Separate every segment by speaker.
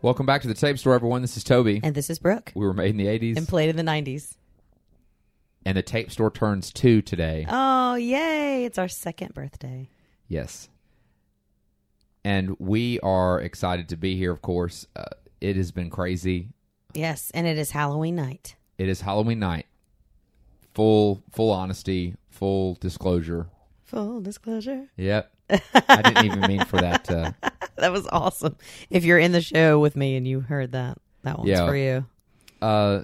Speaker 1: Welcome back to the Tape Store, everyone. This is Toby.
Speaker 2: And this is Brooke.
Speaker 1: we were made in the 80s,
Speaker 2: And
Speaker 1: and,
Speaker 2: played in the 90s.
Speaker 1: the Tape Store turns two today.
Speaker 2: Oh, yay. It's our second birthday.
Speaker 1: Yes. And we are excited to be here, of course. Uh, it has been crazy.
Speaker 2: Yes. And it is Halloween night.
Speaker 1: It is Halloween night. Full full honesty, full disclosure.
Speaker 2: Full disclosure.
Speaker 1: Yep. I didn't even mean for that uh, to
Speaker 2: That was awesome. If you're in the show with me and you heard that, that one's
Speaker 1: Yeah.
Speaker 2: for you.
Speaker 1: Uh,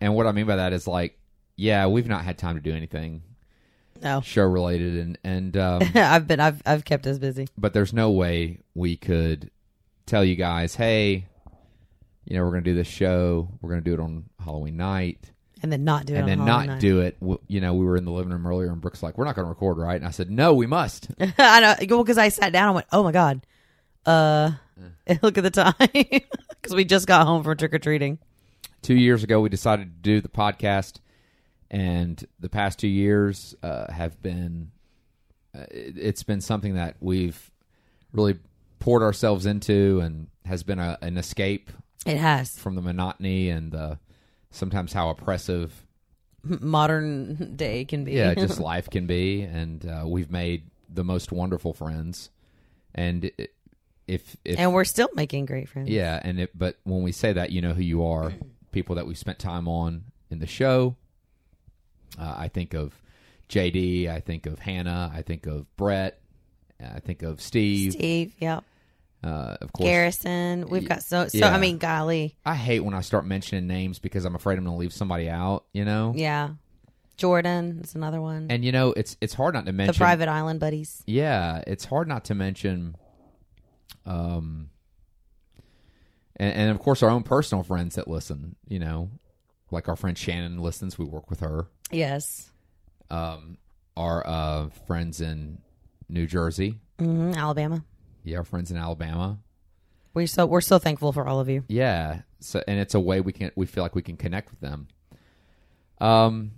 Speaker 1: and what I mean by that is like, yeah, we've not had time to do anything
Speaker 2: No.
Speaker 1: show related, and and um,
Speaker 2: I've been I've I've kept us busy.
Speaker 1: but there's no way we could tell you guys, hey, you know, we're gonna do this show, we're gonna do it on Halloween night,
Speaker 2: And then not doing
Speaker 1: and then not do it. W- You know, we were in the living room earlier, and Brooke's like, we're not gonna record, right? And I said, no, we must.
Speaker 2: I know well, cuz I sat down and went, "Oh my god. Uh look at the time." cuz we just got home from trick or treating.
Speaker 1: two years ago we decided to do the podcast and the past two years uh, have been uh, it- it's been something that we've really poured ourselves into and has been a, an escape
Speaker 2: It has
Speaker 1: from the monotony and the sometimes how oppressive
Speaker 2: modern day can be.
Speaker 1: yeah just life can be and uh, we've made the most wonderful friends and i- if if
Speaker 2: and we're still making great friends.
Speaker 1: Yeah, and it, but when we say that, you know who you are. People that we spent time on in the show. Uh, I think of JD. I think of Hannah. I think of Brett. I think of Steve.
Speaker 2: Steve, yep.
Speaker 1: Uh, of course,
Speaker 2: Garrison. We've got so so.
Speaker 1: yeah.
Speaker 2: I mean, golly,
Speaker 1: I hate when I start mentioning names because I'm afraid I'm going to leave somebody out. You know,
Speaker 2: yeah. Jordan is another one.
Speaker 1: and you know it's it's hard not to
Speaker 2: the
Speaker 1: mention.
Speaker 2: private island buddies.
Speaker 1: yeah, it's hard not to mention. Um. And, and of course, our own personal friends that listen. You know, like our friend Shannon listens. We work with her.
Speaker 2: Yes.
Speaker 1: um, our uh, friends in New Jersey.
Speaker 2: hmm Alabama.
Speaker 1: Yeah, our friends in Alabama.
Speaker 2: We're so we're so thankful for all of you.
Speaker 1: Yeah, so and it's a way we can we feel like we can connect with them. Um,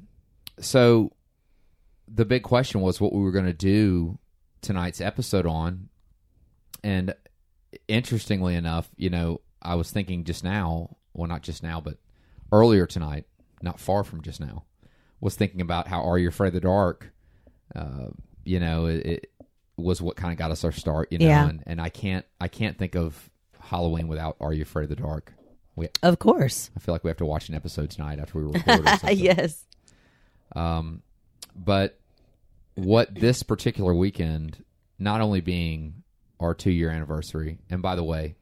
Speaker 1: so the big question was what we were going to do tonight's episode on, and interestingly enough, you know, I was thinking just now, well, not just now, but earlier tonight, not far from just now, was thinking about how "Are You Afraid of the Dark?" Uh, you know, it, it was what kind of got us our start. You know,
Speaker 2: Yeah.
Speaker 1: and, and I can't, I can't think of Halloween without "Are You Afraid of the Dark." We,
Speaker 2: Of course.
Speaker 1: I feel like we have to watch an episode tonight after we record. Or something.
Speaker 2: yes.
Speaker 1: Um, But what this particular weekend, not only being our two year anniversary, and by the way,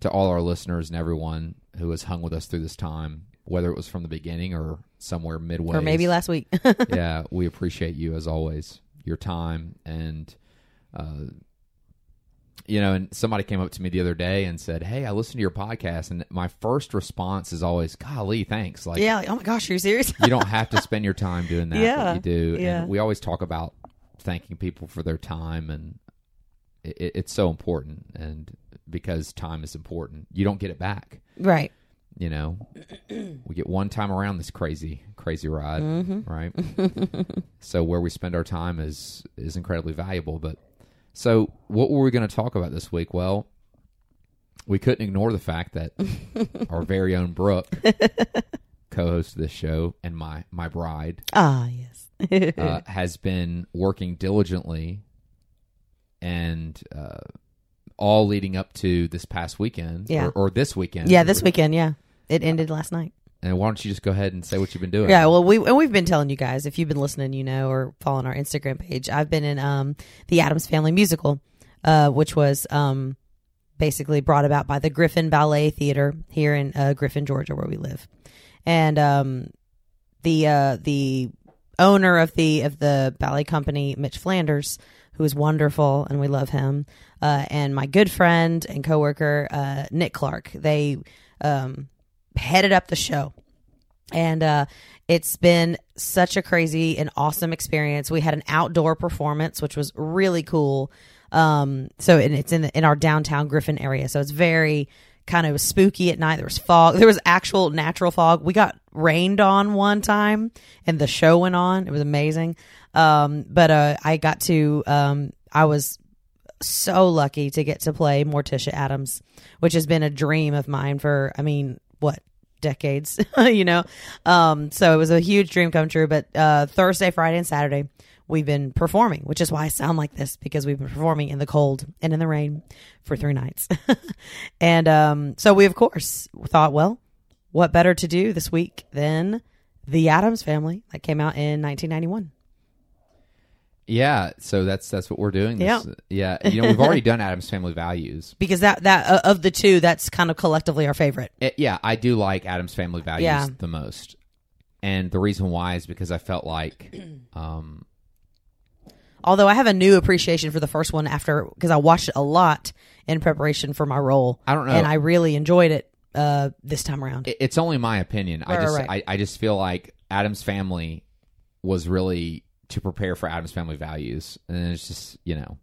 Speaker 1: to all our listeners and everyone who has hung with us through this time, whether it was from the beginning or somewhere midway,
Speaker 2: Or maybe last week.
Speaker 1: yeah, we appreciate you as always, your time and. Uh, you know, and somebody came up to me the other day and said, "Hey, I listened to your podcast," and my first response is always, "Golly, thanks!" Like,
Speaker 2: yeah. Like, oh my gosh, are you serious?
Speaker 1: you don't have to spend your time doing that. But
Speaker 2: Yeah,
Speaker 1: you do.
Speaker 2: yeah.
Speaker 1: And we always talk about thanking people for their time, and it, it- it's so important. And because time is important, you don't get it back.
Speaker 2: right.
Speaker 1: You know, we get one time around this crazy, crazy ride,
Speaker 2: Mm-hmm.
Speaker 1: right? so where we spend our time is is incredibly valuable. But so, what were we going to talk about this week? Well, we couldn't ignore the fact that our very own Brooke, co-host of this show, and my my bride,
Speaker 2: Ah, yes.
Speaker 1: uh, has been working diligently and uh, all leading up to this past weekend
Speaker 2: Yeah.
Speaker 1: or, or this weekend.
Speaker 2: yeah. This weekend. Yeah. It ended last night.
Speaker 1: And why don't you just go ahead and say what you've been doing?
Speaker 2: Yeah, well, we and we've been telling you guys if you've been listening, you know, or following our Instagram page. I've been in um the Adams Family musical, uh, which was um basically brought about by the Griffin Ballet Theater here in uh, Griffin, Georgia, where we live, and um the uh the owner of the of the ballet company, Mitch Flanders, who is wonderful and we love him, uh, and my good friend and coworker uh, Nick Clark. They um headed up the show and uh, it's been such a crazy and awesome experience. We had an outdoor performance, which was really cool. Um, so and it's in the, in our downtown Griffin area, so it's very kind of spooky at night. There was fog. There was actual natural fog. We got rained on one time, and the show went on. It was amazing. Um, but uh, I got to um, I was so lucky to get to play Morticia Adams, which has been a dream of mine for, I mean, what, decades, you know? Um, so it was a huge dream come true. But uh, Thursday, Friday, and Saturday, we've been performing, which is why I sound like this because we've been performing in the cold and in the rain for three nights. and um, so we, of course, thought, well, what better to do this week than The Adams Family that came out in 1991?
Speaker 1: Yeah, so that's that's what we're doing. This, yeah, yeah. You know, we've already done Adam's Family Values.
Speaker 2: Because that, that uh, of the two, that's kind of collectively our favorite.
Speaker 1: Eh, yeah, I do like Adam's Family Values
Speaker 2: Yeah.
Speaker 1: the most, and the reason why is because I felt like, um,
Speaker 2: Although I have a new appreciation for the first one after because I watched it a lot in preparation for my role.
Speaker 1: I don't know.
Speaker 2: and I really enjoyed it uh, this time around.
Speaker 1: it- it's only my opinion.
Speaker 2: Right,
Speaker 1: I just
Speaker 2: right, right.
Speaker 1: I, I just feel like Adam's Family was really to prepare for Adam's Family Values, and it's just you know,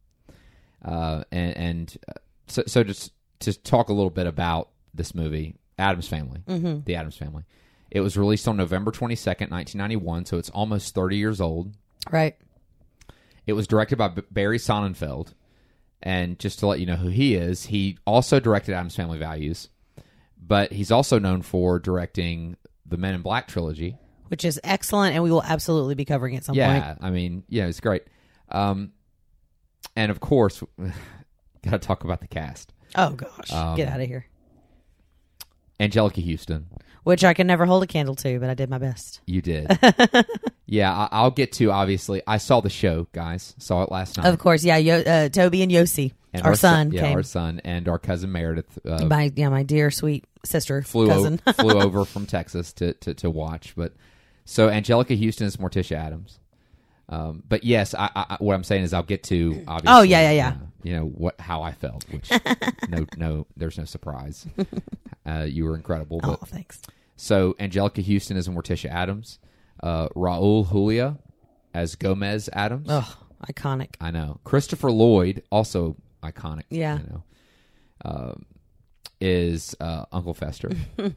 Speaker 1: uh, and and uh, so so just to talk a little bit about this movie, Adam's Family, mm-hmm. the Adam's Family. It was released on November twenty second, nineteen ninety one, so it's almost thirty years old.
Speaker 2: right?
Speaker 1: It was directed by B- Barry Sonnenfeld. And just to let you know who he is, he also directed Adam's Family Values, but he's also known for directing the Men in Black trilogy.
Speaker 2: Which is excellent, and we will absolutely be covering it at some
Speaker 1: yeah,
Speaker 2: point.
Speaker 1: I mean, yeah, it's great. Um, and of course, got to talk about the cast:
Speaker 2: Oh gosh,
Speaker 1: Um,
Speaker 2: get out of here!
Speaker 1: Angelica Houston.
Speaker 2: Which I can never hold a candle to, but I did my best.
Speaker 1: You did, yeah. I, I'll get to obviously. I saw the show, guys. Saw it last night.
Speaker 2: Of course, yeah. Yo, uh, Toby and Yossi,
Speaker 1: and
Speaker 2: our, son,
Speaker 1: yeah,
Speaker 2: came.
Speaker 1: our son, and our cousin Meredith uh,
Speaker 2: my yeah, my dear sweet sister,
Speaker 1: flew o-
Speaker 2: cousin.
Speaker 1: flew over from Texas to, to, to watch. But so Angelica Houston is Morticia Adams. Um, but yes, I, I, I- what I'm saying is I'll get to obviously.
Speaker 2: Oh, yeah, yeah, yeah.
Speaker 1: uh, you know what? How I felt, which no, no, there's no surprise. Uh, you were incredible.
Speaker 2: oh,
Speaker 1: But,
Speaker 2: thanks.
Speaker 1: so Angelica Houston is Morticia Adams. Uh, Raul Julia as Gomez Adams.
Speaker 2: Oh, iconic.
Speaker 1: I know. Christopher Lloyd, also iconic.
Speaker 2: Yeah.
Speaker 1: You know, um, is uh, Uncle Fester.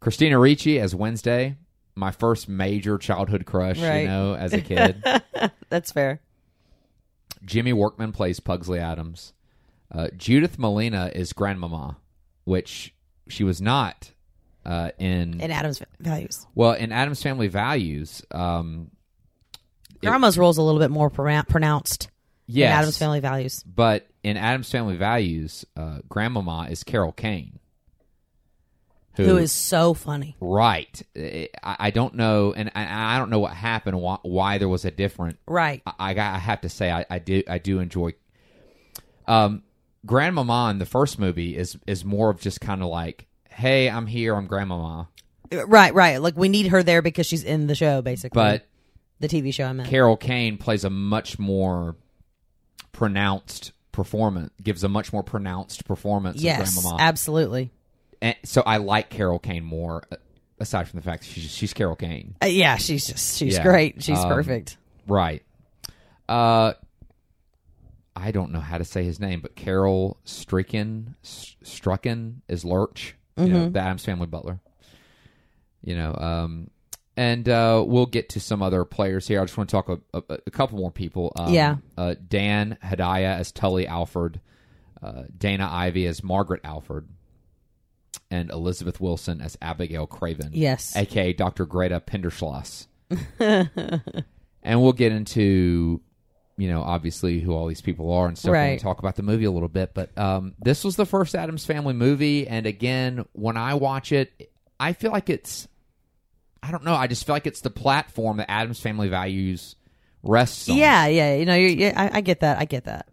Speaker 1: Christina Ricci as Wednesday, my first major childhood crush,
Speaker 2: Right.
Speaker 1: you know, as a kid.
Speaker 2: That's fair.
Speaker 1: Jimmy Workman plays Pugsley Adams. Uh, Judith Molina is Grandmama, which she was not uh, in.
Speaker 2: And Adam's values.
Speaker 1: well, in Adam's Family Values, um, It-
Speaker 2: Grandma's role's a little bit more pro- pronounced.
Speaker 1: yes,
Speaker 2: in Adam's family values.
Speaker 1: But in Adam's Family Values, uh, Grandmama is Carol Kane,
Speaker 2: who is so funny.
Speaker 1: right. I, I don't know, and I, I don't know what happened. Why, why there was a different?
Speaker 2: Right.
Speaker 1: I, I got- I have to say, I, I do I do enjoy. Um, Grandmama in the first movie is is more of just kind of like, hey, I'm here, I'm Grandmama,
Speaker 2: Right, right. Like we need her there because she's in the show basically.
Speaker 1: but.
Speaker 2: the TV show I meant.
Speaker 1: Carol Kane plays a much more pronounced performance, gives a much more pronounced performance.
Speaker 2: yes.
Speaker 1: of Grandmama.
Speaker 2: Absolutely.
Speaker 1: and so I like Carol Kane more. uh, Aside from the fact that she's she's Carol Kane,
Speaker 2: Uh, yeah, she's just she's
Speaker 1: Yeah.
Speaker 2: great. She's
Speaker 1: Um,
Speaker 2: perfect.
Speaker 1: right? Uh, I don't know how to say his name, but Carol Stricken Strucken is Lurch, you know, the Adams Family Butler. You know, um, and uh, we'll get to some other players here. I just want to talk a, a, a couple more people. Um,
Speaker 2: Yeah.
Speaker 1: uh, Dan Hadaya as Tully Alford, uh, Dana Ivy as Margaret Alford, and Elizabeth Wilson as Abigail Craven.
Speaker 2: Yes.
Speaker 1: aka Dr. Greta Penderschloss. and we'll get into, you know, obviously who all these people are and stuff when we
Speaker 2: Right.
Speaker 1: talk about the movie a little bit. But um, this was the first Adams Family movie, and again, when I watch it, I feel like it's, I don't know, I just feel like it's the platform that Adams Family Values rests on.
Speaker 2: Yeah, yeah. You know, you yeah, I, I get that. I get that.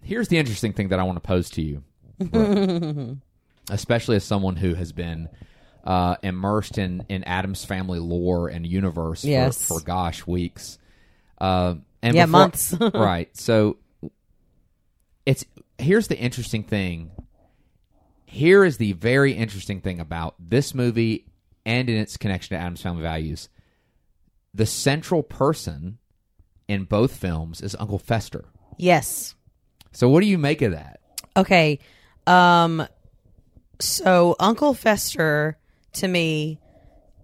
Speaker 1: Here's the interesting thing that I want to pose to you, Brooke. especially as someone who has been uh, immersed in in Adam's family lore and universe for-
Speaker 2: Yes.
Speaker 1: for, gosh weeks, uh, and
Speaker 2: Yeah,
Speaker 1: before-
Speaker 2: months.
Speaker 1: right. So it's here's the interesting thing. Here is the very interesting thing about this movie and in its connection to Adam's family values. The central person in both films is Uncle Fester.
Speaker 2: Yes.
Speaker 1: So what do you make of that?
Speaker 2: Okay. Um so Uncle Fester to me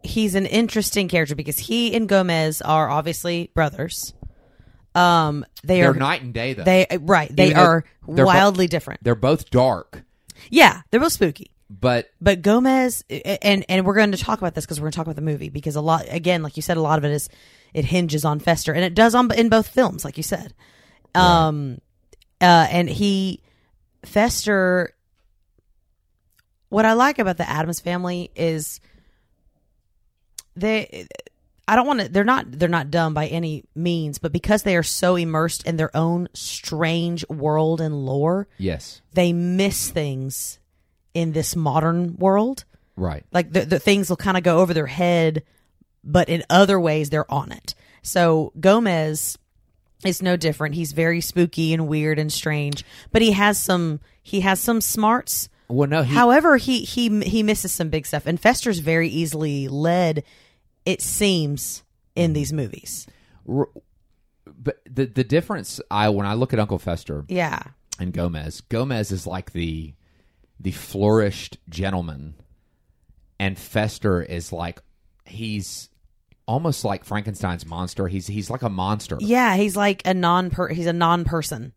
Speaker 2: he's an interesting character because he and Gomez are obviously brothers. Um, they
Speaker 1: They're
Speaker 2: are
Speaker 1: night and day though.
Speaker 2: they right. They
Speaker 1: Even though
Speaker 2: are
Speaker 1: they're bo-
Speaker 2: wildly different.
Speaker 1: They're both dark,
Speaker 2: Yeah, they're real spooky.
Speaker 1: but
Speaker 2: But Gomez and and we're going to talk about this because we're going to talk about the movie because a lot again, like you said, a lot of it is it hinges on Fester and it does on in both films, like you said. Um, uh, and he Fester. What I like about the Adams family is they. I don't want to. They're not. They're not dumb by any means, but because they are so immersed in their own strange world and lore,
Speaker 1: yes,
Speaker 2: they miss things in this modern world.
Speaker 1: right.
Speaker 2: Like the, the things will kind of go over their head, but in other ways they're on it. So Gomez is no different. He's very spooky and weird and strange, but he has some he has some smarts.
Speaker 1: Well, no, he,
Speaker 2: However, he he he misses some big stuff. And Fester's very easily led. It seems in these movies.
Speaker 1: r- but the the difference I when I look at Uncle Fester
Speaker 2: Yeah.
Speaker 1: and Gomez, Gomez is like the the flourished gentleman, and Fester is like he's almost like Frankenstein's monster. He's he's like a monster.
Speaker 2: Yeah, he's like a non per he's a non person.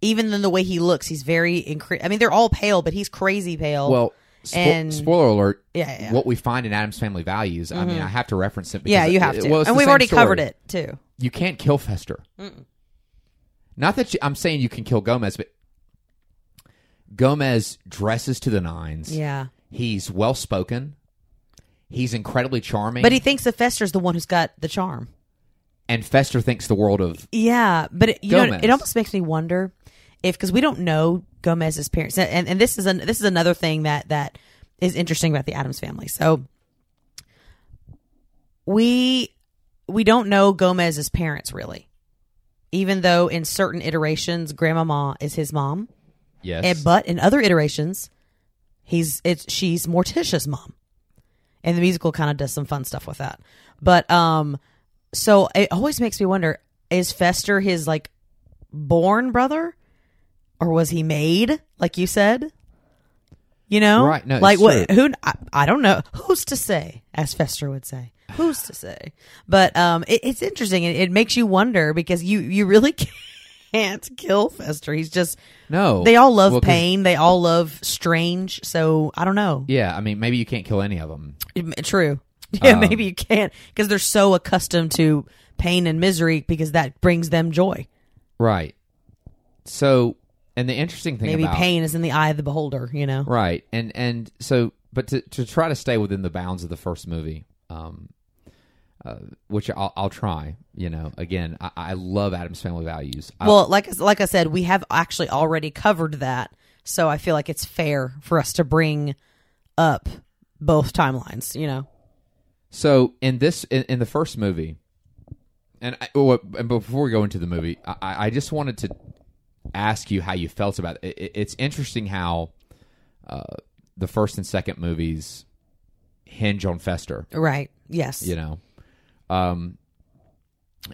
Speaker 2: Even in the way he looks, he's very incre- I mean, they're all pale, but he's crazy pale.
Speaker 1: Well, spo-
Speaker 2: And-
Speaker 1: spoiler alert.
Speaker 2: Yeah, yeah.
Speaker 1: What we find in Adam's Family Values. I mean, I have to reference it. Because
Speaker 2: yeah, you
Speaker 1: it-
Speaker 2: have
Speaker 1: it-
Speaker 2: to.
Speaker 1: well, it's
Speaker 2: and
Speaker 1: the
Speaker 2: we've
Speaker 1: same
Speaker 2: already
Speaker 1: story.
Speaker 2: covered it too.
Speaker 1: You can't kill Fester. Not that you, I'm saying you can kill Gomez, but Gomez dresses to the nines.
Speaker 2: Yeah.
Speaker 1: He's well spoken. He's incredibly charming.
Speaker 2: But he thinks that Fester's the one who's got the charm.
Speaker 1: and Fester thinks the world of
Speaker 2: Yeah, but it, you know,
Speaker 1: Gomez.
Speaker 2: it almost makes me wonder if because we don't know Gomez's parents, and and this is an, this is another thing that that is interesting about the Adams family. So we we don't know Gomez's parents really, even though in certain iterations, Grandmama is his mom,
Speaker 1: yes,
Speaker 2: and, but in other iterations, he's it's she's Morticia's mom, and the musical kind of does some fun stuff with that. But um, so it always makes me wonder: is Fester his like born brother, or was he made? Like you said, you know,
Speaker 1: Right, no,
Speaker 2: like
Speaker 1: it's
Speaker 2: what?
Speaker 1: true.
Speaker 2: Who? I, I don't know. Who's to say? As Fester would say. Who's to say? But um, it, it's interesting. It, it makes you wonder because you you really can't kill Fester. He's just
Speaker 1: no,
Speaker 2: they all love
Speaker 1: Well, 'cause-
Speaker 2: pain. They all love strange. So I don't know.
Speaker 1: Yeah, I mean, maybe you can't kill any of them.
Speaker 2: M- True. Yeah,
Speaker 1: Um,
Speaker 2: maybe you can't because they're so accustomed to pain and misery because that brings them joy.
Speaker 1: Right. So, and the interesting thing
Speaker 2: Maybe
Speaker 1: about
Speaker 2: pain is in the eye of the beholder. You know.
Speaker 1: right, and and so, but to to try to stay within the bounds of the first movie, um, uh, which I'll, I'll try. You know, again, I, I love Adam's Family Values. I,
Speaker 2: Well, like like I said, we have actually already covered that, so I feel like it's fair for us to bring up both timelines. You know.
Speaker 1: so in this in, in the first movie, and I, oh, what- and before we go into the movie, I- I, I just wanted to ask you how you felt about it. it it's interesting how uh, the first and second movies hinge on Fester.
Speaker 2: Right. Yes.
Speaker 1: you know um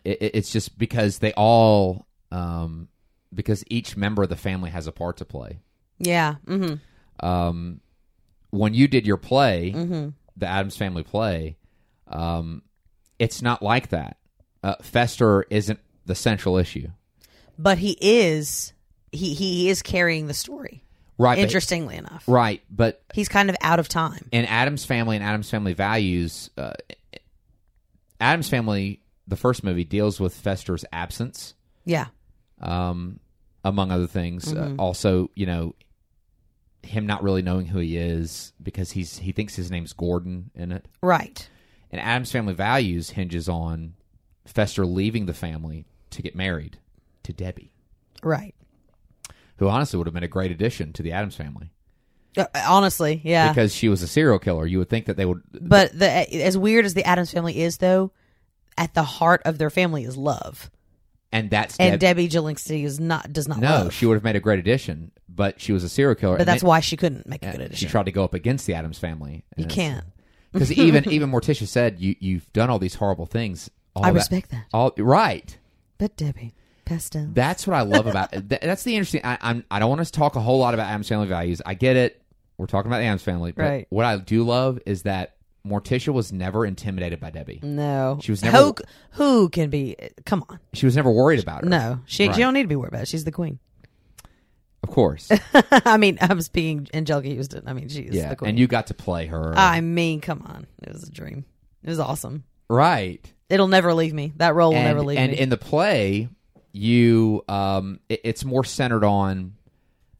Speaker 1: it, it- it's just because they all um because each member of the family has a part to play
Speaker 2: Yeah. hmm
Speaker 1: um when you did your play the adams family play um it's not like that uh, fester isn't the central issue
Speaker 2: But he is he he is carrying the story.
Speaker 1: right but-
Speaker 2: interestingly enough,
Speaker 1: right but
Speaker 2: he's kind of out of time.
Speaker 1: in Adam's Family and Adam's Family Values, uh, Adam's Family, the first movie, deals with Fester's absence,
Speaker 2: Yeah.
Speaker 1: um, among other things.
Speaker 2: Mm-hmm.
Speaker 1: Uh, also, you know, him not really knowing who he is because he's he thinks his name's Gordon in it.
Speaker 2: Right.
Speaker 1: And Adam's Family Values hinges on Fester leaving the family to get married to Debbie,
Speaker 2: Right.
Speaker 1: who honestly would have been a great addition to the Adams Family
Speaker 2: Uh, honestly, yeah.
Speaker 1: because she was a serial killer. You would think that they would.
Speaker 2: but the as weird as the Adams family is, though, at the heart of their family is love,
Speaker 1: And that's
Speaker 2: and
Speaker 1: Deb-
Speaker 2: Debbie Jelinski is not does not
Speaker 1: No,
Speaker 2: love.
Speaker 1: she would have made a great addition, but she was a serial killer.
Speaker 2: but that's why she couldn't make a good
Speaker 1: she
Speaker 2: addition.
Speaker 1: tried to go up against the Adams family.
Speaker 2: you can't.
Speaker 1: because even even Morticia said you you've done all these horrible things. All
Speaker 2: I
Speaker 1: that-
Speaker 2: respect that.
Speaker 1: All right.
Speaker 2: But Debbie Pastel.
Speaker 1: That's what I love about that, that's the interesting. I, I'm I don't want to talk a whole lot about Adams family values. I get it. We're talking about the Adams family, but
Speaker 2: Right.
Speaker 1: what I do love is that Morticia was never intimidated by Debbie.
Speaker 2: No,
Speaker 1: She was never-
Speaker 2: Who, who can be? Come on,
Speaker 1: She was never worried about her.
Speaker 2: no, she
Speaker 1: Right.
Speaker 2: she don't need to be worried about. It. She's the queen.
Speaker 1: of course.
Speaker 2: I mean, I'm speaking Angelica Houston. I mean, she's
Speaker 1: yeah,
Speaker 2: the Ah. queen.
Speaker 1: and you got to play her.
Speaker 2: I mean, come on, it was a dream. It was awesome.
Speaker 1: right.
Speaker 2: It'll never leave me. That role will
Speaker 1: and,
Speaker 2: never leave
Speaker 1: and
Speaker 2: me.
Speaker 1: in the play you um it- it's more centered on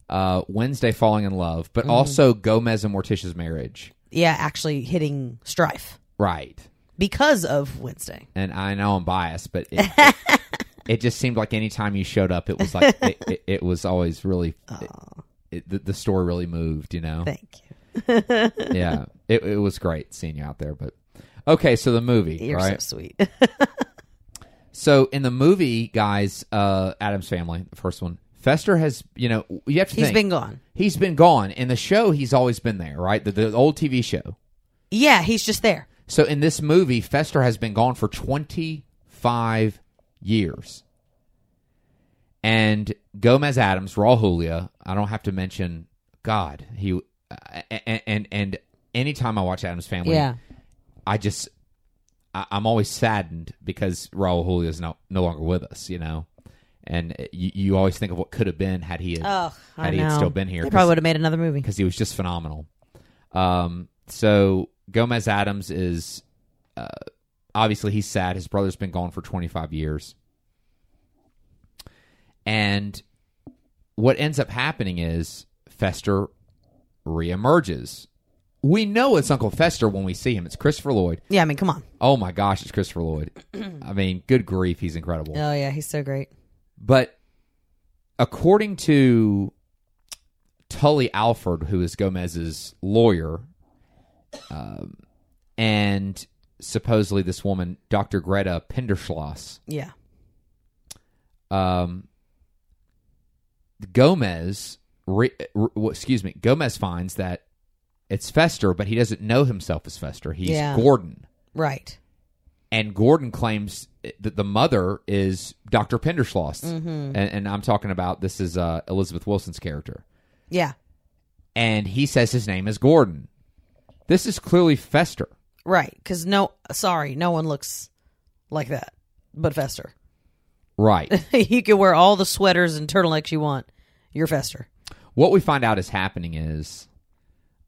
Speaker 1: uh wednesday falling in love
Speaker 2: Mm-hmm.
Speaker 1: but also gomez and morticia's marriage
Speaker 2: yeah, actually hitting strife
Speaker 1: right
Speaker 2: because of Wednesday.
Speaker 1: and i know i'm biased but it, it, it just seemed like anytime you showed up it was like it, it, it was always really it, it, the, the story really moved you know
Speaker 2: Thank you.
Speaker 1: yeah it, it was great seeing you out there but okay so the movie
Speaker 2: You're
Speaker 1: right
Speaker 2: so sweet.
Speaker 1: So in the movie, guys, uh, Adam's family, the first one, Fester has, you know, you have to
Speaker 2: He's
Speaker 1: think
Speaker 2: been gone.
Speaker 1: he's been gone. In the show, he's always been there, right? The, the old TV show.
Speaker 2: Yeah, he's just there.
Speaker 1: So in this movie, Fester has been gone for twenty five years, and Gomez Adams, Raul Julia. I don't have to mention God. He uh, and and, and anytime I watch Adam's Family,
Speaker 2: Yeah.
Speaker 1: I just I, I'm always saddened because Raul Julia is no no longer with us, you know, and uh, you, you always think of what could have been had he had,
Speaker 2: Ugh, I
Speaker 1: had he
Speaker 2: know.
Speaker 1: had still been here
Speaker 2: They
Speaker 1: because
Speaker 2: probably would have made another movie.
Speaker 1: he was just phenomenal. Um, so Gomez Adams is uh, obviously he's sad. His brother's been gone for 25 years, and what ends up happening is Fester reemerges. We know it's Uncle Fester when we see him. It's Christopher Lloyd.
Speaker 2: Yeah, I mean, come on.
Speaker 1: Oh my gosh, it's Christopher Lloyd. I mean, good grief, he's incredible.
Speaker 2: Oh yeah, he's so great.
Speaker 1: But according to Tully Alford, who is Gomez's lawyer, um, and supposedly this woman, Dr. Greta Penderschloss,
Speaker 2: Yeah.
Speaker 1: um, Gomez, re, re, well, excuse me, Gomez finds that it's Fester, but he doesn't know himself as Fester. He's
Speaker 2: Yeah.
Speaker 1: Gordon.
Speaker 2: Right.
Speaker 1: and Gordon claims that the mother is Dr. Penderschloss. And, and I'm talking about this is uh, Elizabeth Wilson's character.
Speaker 2: Yeah.
Speaker 1: And he says his name is Gordon. This is clearly Fester.
Speaker 2: Right. Because no, sorry, no one looks like that but Fester.
Speaker 1: Right.
Speaker 2: you can wear all the sweaters and turtlenecks you want. You're Fester.
Speaker 1: what we find out is happening is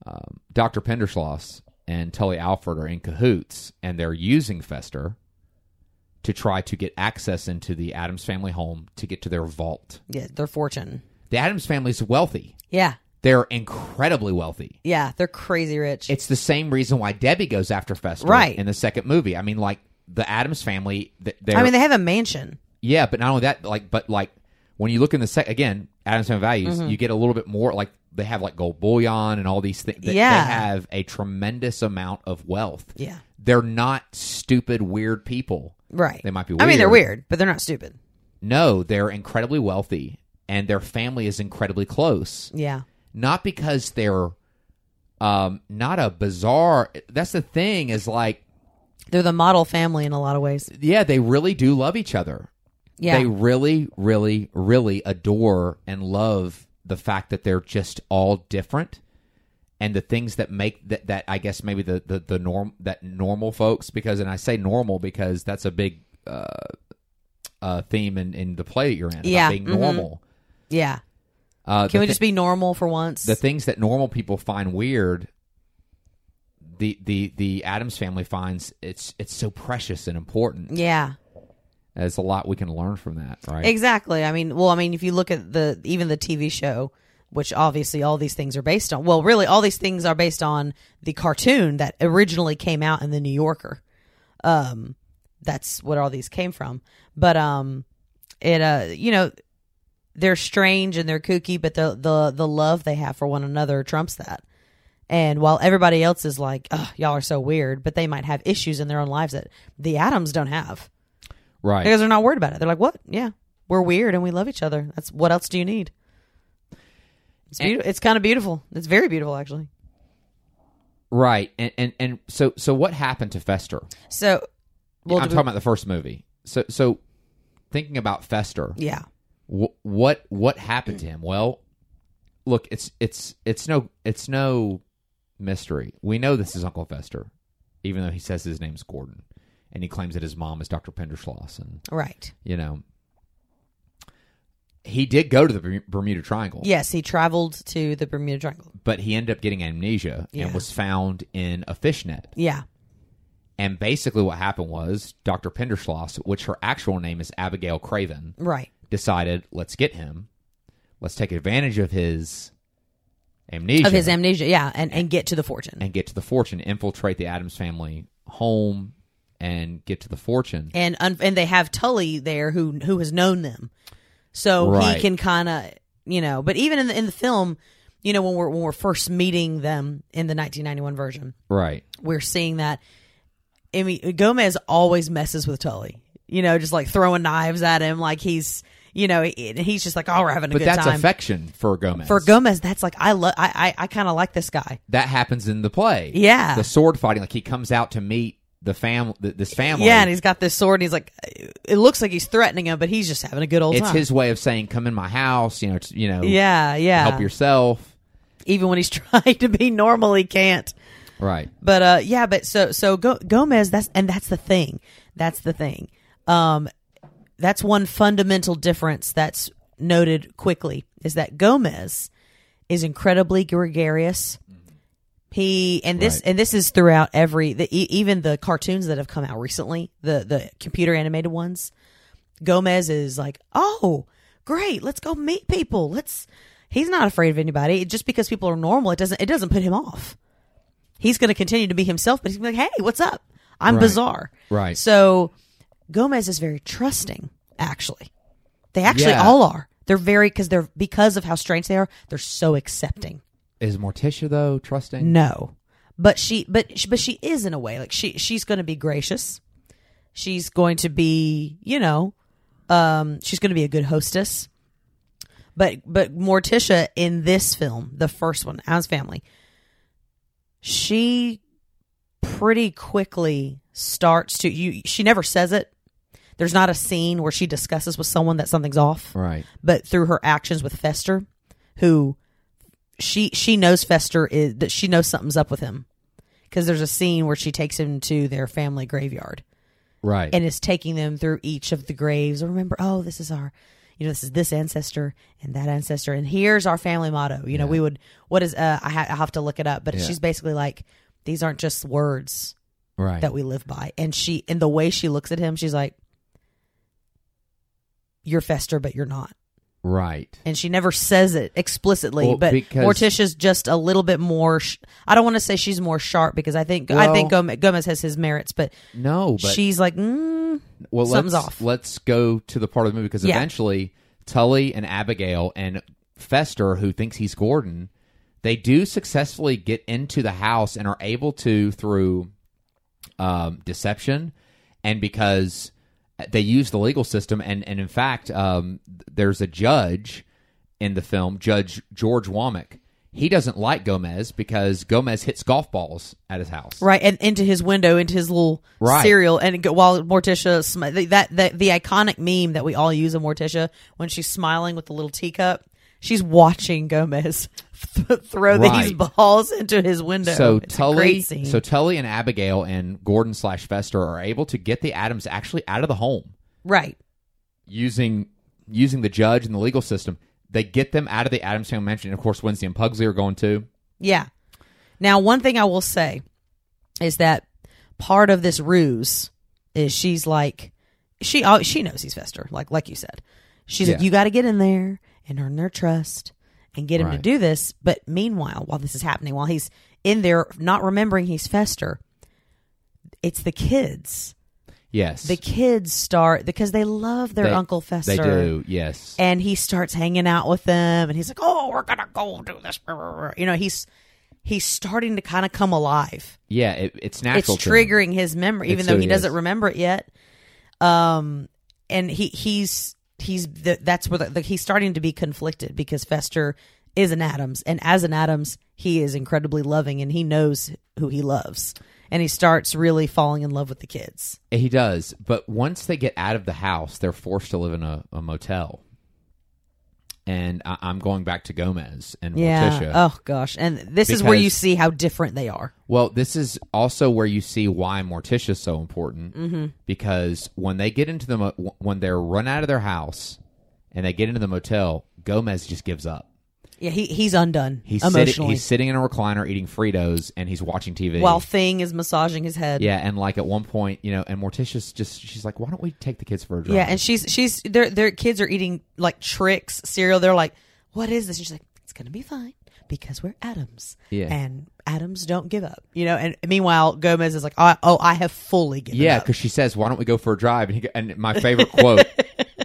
Speaker 1: um, Dr. Penderschloss and Tully Alford are in cahoots, and they're using Fester to try to get access into the Adams family home to get to their vault.
Speaker 2: Yeah, they're fortune.
Speaker 1: The Adams family's wealthy.
Speaker 2: Yeah.
Speaker 1: They're incredibly wealthy.
Speaker 2: Yeah, they're crazy rich.
Speaker 1: it's the same reason why Debbie goes after Fester
Speaker 2: Right.
Speaker 1: in the second movie. I mean, like the Adams family. th- They're,
Speaker 2: I mean, they have a mansion.
Speaker 1: yeah, but not only that, like, but like when you look in the second again, Adams family values,
Speaker 2: Mm-hmm.
Speaker 1: you get a little bit more. Like they have like gold bullion and all these things. They,
Speaker 2: Yeah.
Speaker 1: they have a tremendous amount of wealth.
Speaker 2: Yeah.
Speaker 1: they're not stupid, weird people.
Speaker 2: Right.
Speaker 1: They might be
Speaker 2: I mean, they're
Speaker 1: weird.
Speaker 2: weird, but they're not stupid.
Speaker 1: No, they're incredibly wealthy, and their family is incredibly close.
Speaker 2: Yeah.
Speaker 1: not because they're um not a bizarre that's the thing is like
Speaker 2: They're the model family in a lot of ways.
Speaker 1: yeah, they really do love each other.
Speaker 2: Yeah.
Speaker 1: They really, really, really adore and love the fact that they're just all different and the things that make that, that I guess maybe the, the, the norm that normal folks because and I say normal because that's a big uh, uh, theme in, in the play that you're in about
Speaker 2: Yeah,
Speaker 1: being
Speaker 2: mhm.
Speaker 1: normal.
Speaker 2: yeah.
Speaker 1: Uh, the
Speaker 2: Can we
Speaker 1: thi-
Speaker 2: just be normal for once?
Speaker 1: the things that normal people find weird the the the Adams family finds it's it's so precious and important.
Speaker 2: yeah.
Speaker 1: There's a lot we can learn from that, right?
Speaker 2: Exactly. I mean, well, I mean, if you look at the even the TV show, which obviously all these things are based on. Well, really, all these things are based on the cartoon that originally came out in the New Yorker. Um, that's what all these came from. But um, it uh, you know, they're strange and they're kooky, but the the the love they have for one another trumps that. And while everybody else is like, "Ugh, y'all are so weird," but they might have issues in their own lives that the Adams don't have.
Speaker 1: right.
Speaker 2: Because they're not worried about it. They're like, what? Yeah, we're weird and we love each other. That's what else do you need? It's beautiful. it's kind of beautiful. It's very beautiful, actually.
Speaker 1: Right. And and and so so what happened to Fester?
Speaker 2: So, well,
Speaker 1: I'm
Speaker 2: do we-
Speaker 1: talking about the first movie. So so thinking about Fester,
Speaker 2: yeah,
Speaker 1: wh- what what happened to him? Well, look, it's it's it's no it's no mystery. We know this is Uncle Fester. even though he says his name's Gordon, and he claims that his mom is Dr. Penderschloss, and
Speaker 2: Right.
Speaker 1: you know, he did go to the Bermu- Bermuda Triangle,
Speaker 2: Yes, he traveled to the Bermuda Triangle.
Speaker 1: but he ended up getting amnesia
Speaker 2: Yeah.
Speaker 1: and was found in a fishnet.
Speaker 2: Yeah.
Speaker 1: And basically, what happened was Dr. Penderschloss, which her actual name is Abigail Craven,
Speaker 2: Right.
Speaker 1: decided, let's get him. Let's take advantage of his amnesia
Speaker 2: Of his amnesia, yeah, and, and get to the fortune.
Speaker 1: and get to the fortune, infiltrate the Adams family home and get to the fortune.
Speaker 2: and un- and they have Tully there who who has known them, so
Speaker 1: Right.
Speaker 2: he can kind of you know. But even in the in the film, you know when we're when we're first meeting them in the 1991 version,
Speaker 1: Right.
Speaker 2: we're seeing that. I mean, Gomez always messes with Tully. You know, just like throwing knives at him, like he's you know he- he's just like oh we're having a
Speaker 1: But
Speaker 2: good
Speaker 1: that's
Speaker 2: time.
Speaker 1: affection for Gomez.
Speaker 2: For Gomez, that's like I love I I, I kind of like this guy.
Speaker 1: that happens in the play.
Speaker 2: Yeah.
Speaker 1: The sword fighting. Like he comes out to meet the fam, th- this family.
Speaker 2: Yeah, and he's got this sword, and he's like, uh, it looks like he's threatening him, but he's just having a good old
Speaker 1: it's
Speaker 2: time.
Speaker 1: his way of saying, come in my house, you know, t- you know,
Speaker 2: yeah, yeah.
Speaker 1: help yourself.
Speaker 2: even when he's trying to be normal he can't
Speaker 1: Right.
Speaker 2: but uh yeah but so so Go- gomez that's and that's the thing that's the thing um that's one fundamental difference that's noted quickly is that gomez is incredibly gregarious he and this
Speaker 1: Mm-hmm. Right.
Speaker 2: and this is throughout every the e- even the cartoons that have come out recently the the computer animated ones Gomez is like, oh, great, let's go meet people. Let's. He's not afraid of anybody. Just because people are normal, it doesn't it doesn't put him off. He's going to continue to be himself, but he's gonna be like, hey, what's up? I'm
Speaker 1: Right.
Speaker 2: bizarre.
Speaker 1: Right.
Speaker 2: So Gomez is very trusting. Actually, they actually
Speaker 1: Yeah.
Speaker 2: all are. They're very because they're because of how strange they are. They're so accepting.
Speaker 1: Is Morticia though trusting?
Speaker 2: No, but she, but she, but she is in a way like she she's going to be gracious. She's going to be, you know, um, she's going to be a good hostess. But but Morticia in this film, the first one, Adam's Family, she pretty quickly starts to you. She never says it. There's not a scene where she discusses with someone that something's off
Speaker 1: Right.
Speaker 2: but through her actions with Fester, who she she knows Fester is that she knows something's up with him because there's a scene where she takes him to their family graveyard
Speaker 1: Right.
Speaker 2: and is taking them through each of the graves. Remember, oh, this is our, you know, this is this ancestor and that ancestor, and here's our family motto. You know, we would what is uh, I, ha- I have to look it up, but
Speaker 1: Yeah.
Speaker 2: she's basically like these aren't just words
Speaker 1: right.
Speaker 2: that we live by, and she and the way she looks at him, she's like, you're Fester, but you're not
Speaker 1: right.
Speaker 2: and she never says it explicitly
Speaker 1: Well,
Speaker 2: but
Speaker 1: because-
Speaker 2: morticia's just a little bit more sh- i don't want to say she's more sharp because i think i
Speaker 1: Well-
Speaker 2: think gomez, gomez has his merits but,
Speaker 1: No, but
Speaker 2: she's like mm,
Speaker 1: well,
Speaker 2: something's
Speaker 1: let's,
Speaker 2: off.
Speaker 1: Let's go to the part of the movie because
Speaker 2: Yeah.
Speaker 1: eventually Tully and Abigail and Fester, who thinks he's Gordon, they do successfully get into the house and are able to through um, deception and because they use the legal system and and in fact um, there's a judge in the film Judge George Womack. He doesn't like Gomez because Gomez hits golf balls at his house.
Speaker 2: right and into his window into his little
Speaker 1: Right.
Speaker 2: cereal and go, while morticia sm- that, that the iconic meme that we all use of morticia when she's smiling with the little teacup she's watching gomez th- throw these
Speaker 1: Right.
Speaker 2: balls into his window
Speaker 1: So
Speaker 2: It's a
Speaker 1: Tully,
Speaker 2: great scene.
Speaker 1: so Tully and Abigail and Gordon slash Fester are able to get the Adams actually out of the home
Speaker 2: right
Speaker 1: using using the judge and the legal system. They get them out of the Adams family mansion. And of course, Wednesday and Pugsley are going too.
Speaker 2: Yeah. Now, one thing I will say is that part of this ruse is she's like she al- she knows he's Fester, like like you said. She's like,
Speaker 1: Yeah.
Speaker 2: you got to get in there and earn their trust and get him to
Speaker 1: Right.
Speaker 2: do this. But meanwhile, while this is happening, while he's in there not remembering he's Fester, it's the kids.
Speaker 1: Yes,
Speaker 2: The kids start because they love their
Speaker 1: They-
Speaker 2: Uncle Fester
Speaker 1: They do. Yes,
Speaker 2: and he starts hanging out with them and he's like oh we're gonna go do this you know he's he's starting to kind of come alive
Speaker 1: yeah. It, it's natural.
Speaker 2: it's
Speaker 1: to them.
Speaker 2: triggering his memory even
Speaker 1: It
Speaker 2: though he
Speaker 1: certainly
Speaker 2: doesn't
Speaker 1: is.
Speaker 2: remember it yet um and he he's he's the, that's where the, the, he's starting to be conflicted because fester is an adams and as an adams he is incredibly loving and he knows who he loves and he starts really falling in love with the kids
Speaker 1: He does, but once they get out of the house, they're forced to live in a, a motel. and I, I'm going back to Gomez and
Speaker 2: Yeah.
Speaker 1: Morticia.
Speaker 2: Oh gosh. And this is where you
Speaker 1: Because-
Speaker 2: see how different they are.
Speaker 1: Well, this is also where you see why Morticia's so important
Speaker 2: Mm-hmm.
Speaker 1: because when they get into the mo- when they're run out of their house and they get into the motel, Gomez just gives up.
Speaker 2: Yeah, he he's undone
Speaker 1: He's sitting
Speaker 2: emotionally
Speaker 1: he's sitting in a recliner eating Fritos and he's watching TV.
Speaker 2: while Thing is massaging his head.
Speaker 1: yeah, and like at one point, you know, and Morticia's just she's like, "Why don't we take the kids for a drive?"
Speaker 2: Yeah, and she's she's their their kids are eating like tricks cereal. They're like, "What is this?" And she's like, "It's gonna be fine because we're Adams,
Speaker 1: Yeah.
Speaker 2: and Adams don't give up, you know." And meanwhile, Gomez is like, "Oh, oh I have fully given
Speaker 1: Yeah,
Speaker 2: up."
Speaker 1: because she says, "Why don't we go for a drive?" And, he, go- and my favorite quote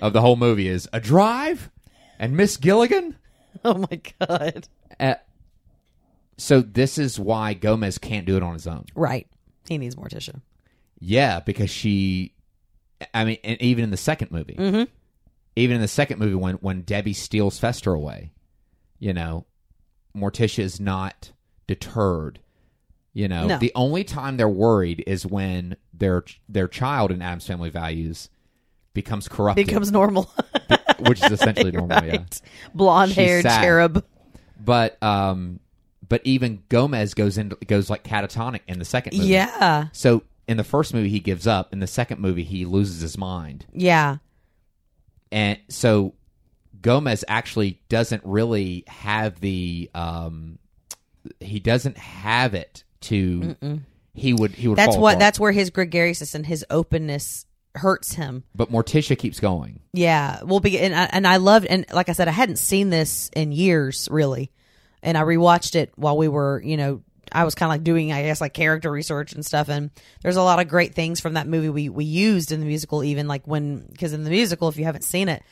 Speaker 1: of the whole movie is, "A drive and Miss Gilligan."
Speaker 2: Oh my god!
Speaker 1: Uh, so this is why Gomez can't do it on his own.
Speaker 2: Right, he needs Morticia.
Speaker 1: Yeah, because she, I mean, and even in the second movie,
Speaker 2: Mm-hmm.
Speaker 1: even in the second movie, when when Debbie steals Fester away, you know, Morticia is not deterred. You know,
Speaker 2: No.
Speaker 1: the only time they're worried is when their their child in Adam's Family Values becomes corrupted,
Speaker 2: Becomes normal,
Speaker 1: which is essentially normal. Yeah.
Speaker 2: right? Blonde haired
Speaker 1: sad.
Speaker 2: cherub.
Speaker 1: But um, but even Gomez goes into goes like catatonic in the second movie.
Speaker 2: Yeah,
Speaker 1: So in the first movie he gives up. In the second movie he loses his mind.
Speaker 2: yeah,
Speaker 1: and so Gomez actually doesn't really have the um he doesn't have it to he would he would
Speaker 2: that's
Speaker 1: fall
Speaker 2: what.
Speaker 1: apart.
Speaker 2: That's where his gregariousness and his openness hurts him.
Speaker 1: but Morticia keeps going
Speaker 2: Yeah, well, be and I, and I loved and like I said, I hadn't seen this in years really, and I rewatched it while we were, you know, I was kind of like doing, I guess, like character research and stuff. And there's a lot of great things from that movie we we used in the musical, even like when because in the musical, if you haven't seen it,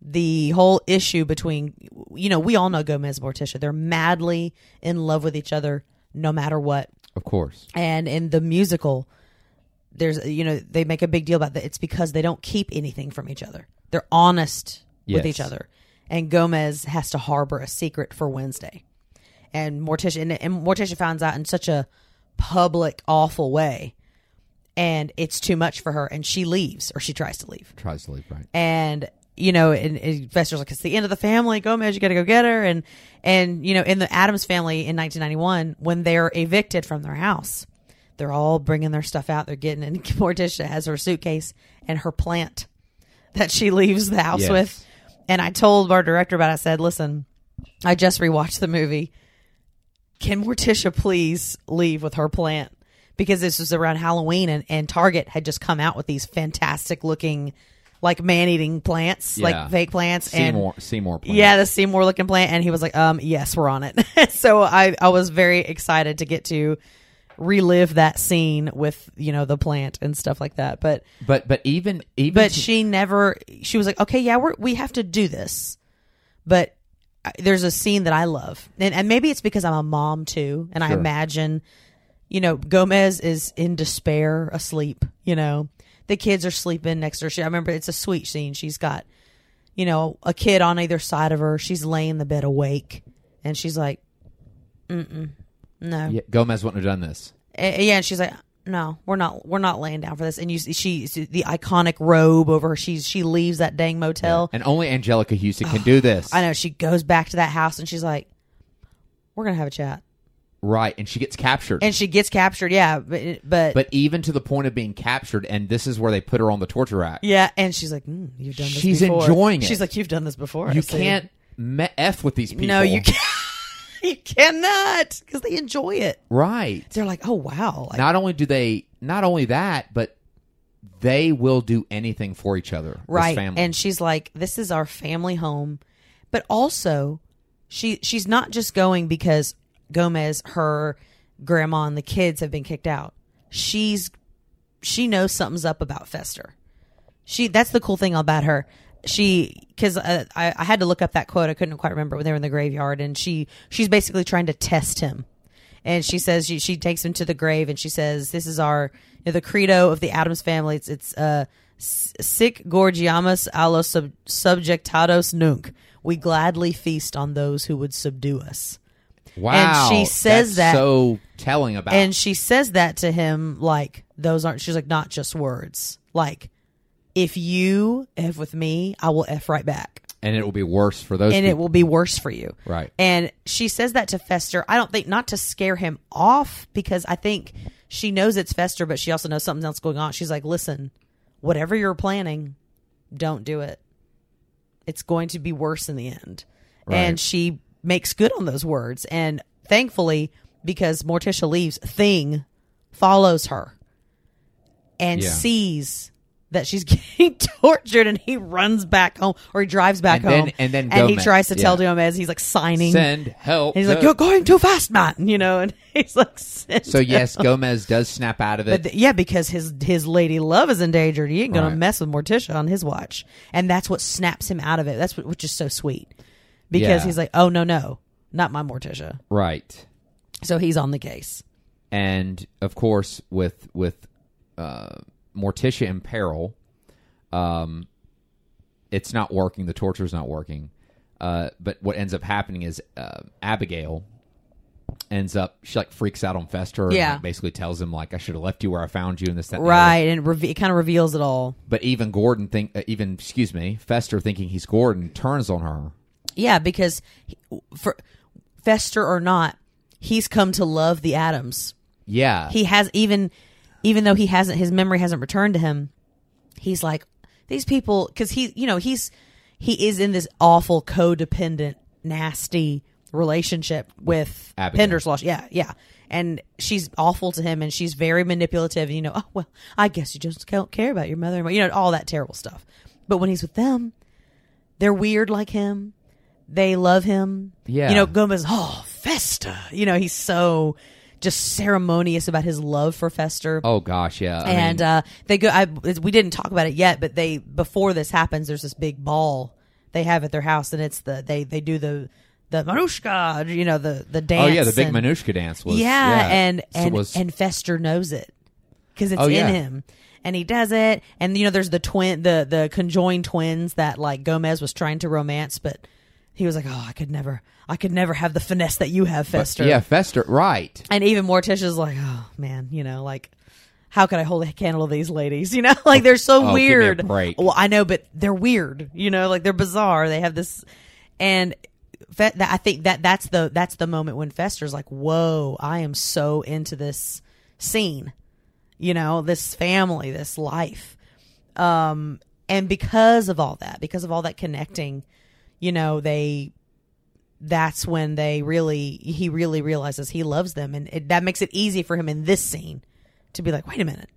Speaker 2: the whole issue between, you know, we all know Gomez and Morticia, they're madly in love with each other no matter what
Speaker 1: of course
Speaker 2: and in the musical there's you know they make a big deal about that it's because they don't keep anything from each other they're honest with
Speaker 1: Yes.
Speaker 2: each other and gomez has to harbor a secret for wednesday and morticia and, and morticia finds out in such a public awful way and it's too much for her and she leaves or she tries to leave
Speaker 1: tries to leave right
Speaker 2: and you know, and, and Fester's like, it's the end of the family. Gomez, you got to go get her. And and you know, in the Adams family in 1991, when they're evicted from their house, they're all bringing their stuff out. They're getting, and Morticia has her suitcase and her plant that she leaves the house
Speaker 1: Yes.
Speaker 2: with. And I told our director about. it. I said, listen, I just rewatched the movie. Can Morticia please leave with her plant? Because this was around Halloween and, and Target had just come out with these fantastic looking like man eating plants,
Speaker 1: Yeah.
Speaker 2: like fake plants. And
Speaker 1: Seymour Seymour plan.
Speaker 2: yeah, the Seymour looking plant. And he was like, um, yes, we're on it. so I, I was very excited to get to relive that scene with, you know, the plant and stuff like that. But
Speaker 1: but but even even
Speaker 2: but
Speaker 1: to-
Speaker 2: she never she was like okay yeah we're, we have to do this but I- there's a scene that i love and, and maybe it's because i'm a mom too and i
Speaker 1: Sure.
Speaker 2: imagine you know gomez is in despair asleep you know the kids are sleeping next to her she, i remember it's a sweet scene she's got you know a kid on either side of her she's laying the bed awake and she's like mm-mm no
Speaker 1: yeah, Gomez wouldn't have done this
Speaker 2: uh, yeah, and she's like, "No, we're not. We're not laying down for this." And you, see- she, the iconic robe over her. She's she leaves that dang motel.
Speaker 1: and only Angelica Houston can do this
Speaker 2: oh, I know she goes back to that house, and she's like, "We're gonna have a chat."
Speaker 1: right and she gets captured
Speaker 2: And she gets captured. Yeah, but but,
Speaker 1: but even to the point of being captured and this is where they put her on the torture rack
Speaker 2: yeah, and she's like, mm, "You've done this."
Speaker 1: She's
Speaker 2: before."
Speaker 1: enjoying it.
Speaker 2: She's like, "You've done this before." I
Speaker 1: you
Speaker 2: see."
Speaker 1: can't me- f with these people
Speaker 2: No, you can't. you cannot because they enjoy it.
Speaker 1: right
Speaker 2: They're like, "Oh wow!" Like,
Speaker 1: not only do they not only that but they will do anything for each other this
Speaker 2: right
Speaker 1: family.
Speaker 2: and she's like this is our family home but also she she's not just going because gomez her grandma and the kids have been kicked out she's she knows something's up about fester she that's the cool thing about her she because uh, I, I had to look up that quote i couldn't quite remember when they were in the graveyard and she she's basically trying to test him and she says she, she takes him to the grave and she says this is our you know, the credo of the adams family it's it's uh "S- sic gorgiamus allo sub, subjectados nunc we gladly feast on those who would subdue us
Speaker 1: wow
Speaker 2: and she says
Speaker 1: that's
Speaker 2: that-
Speaker 1: so telling about
Speaker 2: and she says that to him like those aren't she's like not just words like if you f with me i will f right back
Speaker 1: and it will be worse for those.
Speaker 2: and it
Speaker 1: people.
Speaker 2: will be worse for you.
Speaker 1: right.
Speaker 2: And she says that to Fester. I don't think not to scare him off because I think she knows it's Fester, but she also knows something else going on. She's like, "Listen, whatever you're planning, don't do it. It's going to be worse in the end."
Speaker 1: Right.
Speaker 2: And she makes good on those words. And thankfully, because Morticia leaves, Thing follows her and
Speaker 1: Yeah.
Speaker 2: sees that she's getting tortured and he runs back home or he drives back
Speaker 1: And then-
Speaker 2: home
Speaker 1: and then
Speaker 2: and he
Speaker 1: Gomez,
Speaker 2: tries to tell
Speaker 1: yeah.
Speaker 2: Gomez he's like signing
Speaker 1: Send help.
Speaker 2: and he's like,
Speaker 1: to-
Speaker 2: "You're going too fast, man," you know, and he's like, "Send
Speaker 1: so
Speaker 2: him."
Speaker 1: yes, Gomez does snap out of it.
Speaker 2: But th- yeah, because his his lady love is endangered. He ain't gonna
Speaker 1: Right.
Speaker 2: mess with Morticia on his watch, and that's what snaps him out of it. That's what, which is so sweet, because
Speaker 1: Yeah.
Speaker 2: he's like, "Oh no, no, not my Morticia."
Speaker 1: right.
Speaker 2: So he's on the case.
Speaker 1: and of course with with uh, Morticia in peril, um, it's not working. The torture's not working. Uh, but what ends up happening is uh, Abigail ends up she like freaks out on Fester. and,
Speaker 2: Yeah.
Speaker 1: like, basically tells him like I should have left you where I found you and this that and the other.
Speaker 2: Right, and it, reve- it kind of reveals it all.
Speaker 1: But even Gordon think uh, even excuse me Fester thinking he's Gordon turns on her.
Speaker 2: Yeah, because he, for Fester or not, he's come to love the Adams.
Speaker 1: Yeah,
Speaker 2: he has even even though he hasn't his memory hasn't returned to him he's like these people because he you know he's he is in this awful codependent nasty relationship with
Speaker 1: Abigail.
Speaker 2: Penderslosh yeah yeah and she's awful to him and she's very manipulative and you know oh well I guess you just don't care about your mother and you know all that terrible stuff but when he's with them they're weird like him they love him
Speaker 1: Yeah.
Speaker 2: you know Gomez, oh, Festa. You know, he's so just ceremonious about his love for Fester.
Speaker 1: oh gosh, yeah, I mean,
Speaker 2: and uh, they go, I, we didn't talk about it yet, but they, before this happens, there's this big ball they have at their house, and it's the, they, they do the, the Manushka, you know, the, the dance.
Speaker 1: oh yeah, the big
Speaker 2: and-
Speaker 1: Manushka dance was
Speaker 2: yeah, and
Speaker 1: so
Speaker 2: and
Speaker 1: was-
Speaker 2: and Fester knows it because it's
Speaker 1: Oh,
Speaker 2: in
Speaker 1: yeah.
Speaker 2: him, and he does it. And you know, there's the twin, the the conjoined twins that like Gomez was trying to romance, but he was like, "Oh, I could never, I could never have the finesse that you have, Fester."
Speaker 1: yeah Fester right.
Speaker 2: and even Morticia's like, "Oh man, you know, like." How could I hold a candle to these ladies? You know, like they're so
Speaker 1: Oh, give me a
Speaker 2: weird.
Speaker 1: break.
Speaker 2: Well, I know, but they're weird. You know, like they're bizarre. They have this, and Fe- that, I think that that's the that's the moment when Fester's like, "Whoa, I am so into this scene, you know, this family, this life." Um, and because of all that, because of all that connecting, you know, they that's when they really he really realizes he loves them, and it, that makes it easy for him in this scene to be like, "Wait a minute,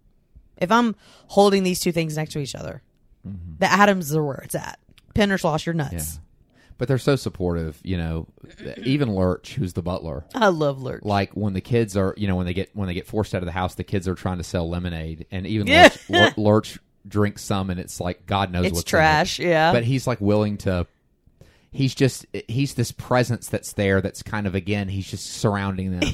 Speaker 2: if I'm holding these two things next to each other,
Speaker 1: Mm-hmm.
Speaker 2: the atoms are where it's at." Penderslosh, you're nuts.
Speaker 1: But they're so supportive, you know. Even Lurch, who's the butler,
Speaker 2: I love Lurch.
Speaker 1: like when the kids are, you know, when they get when they get forced out of the house, the kids are trying to sell lemonade, and even
Speaker 2: Yeah.
Speaker 1: Lurch, Lur- Lurch drinks some, and it's like God knows
Speaker 2: it's
Speaker 1: what's in
Speaker 2: trash, yeah.
Speaker 1: it. But he's like willing to. He's just he's this presence that's there. That's kind of again, he's just surrounding them.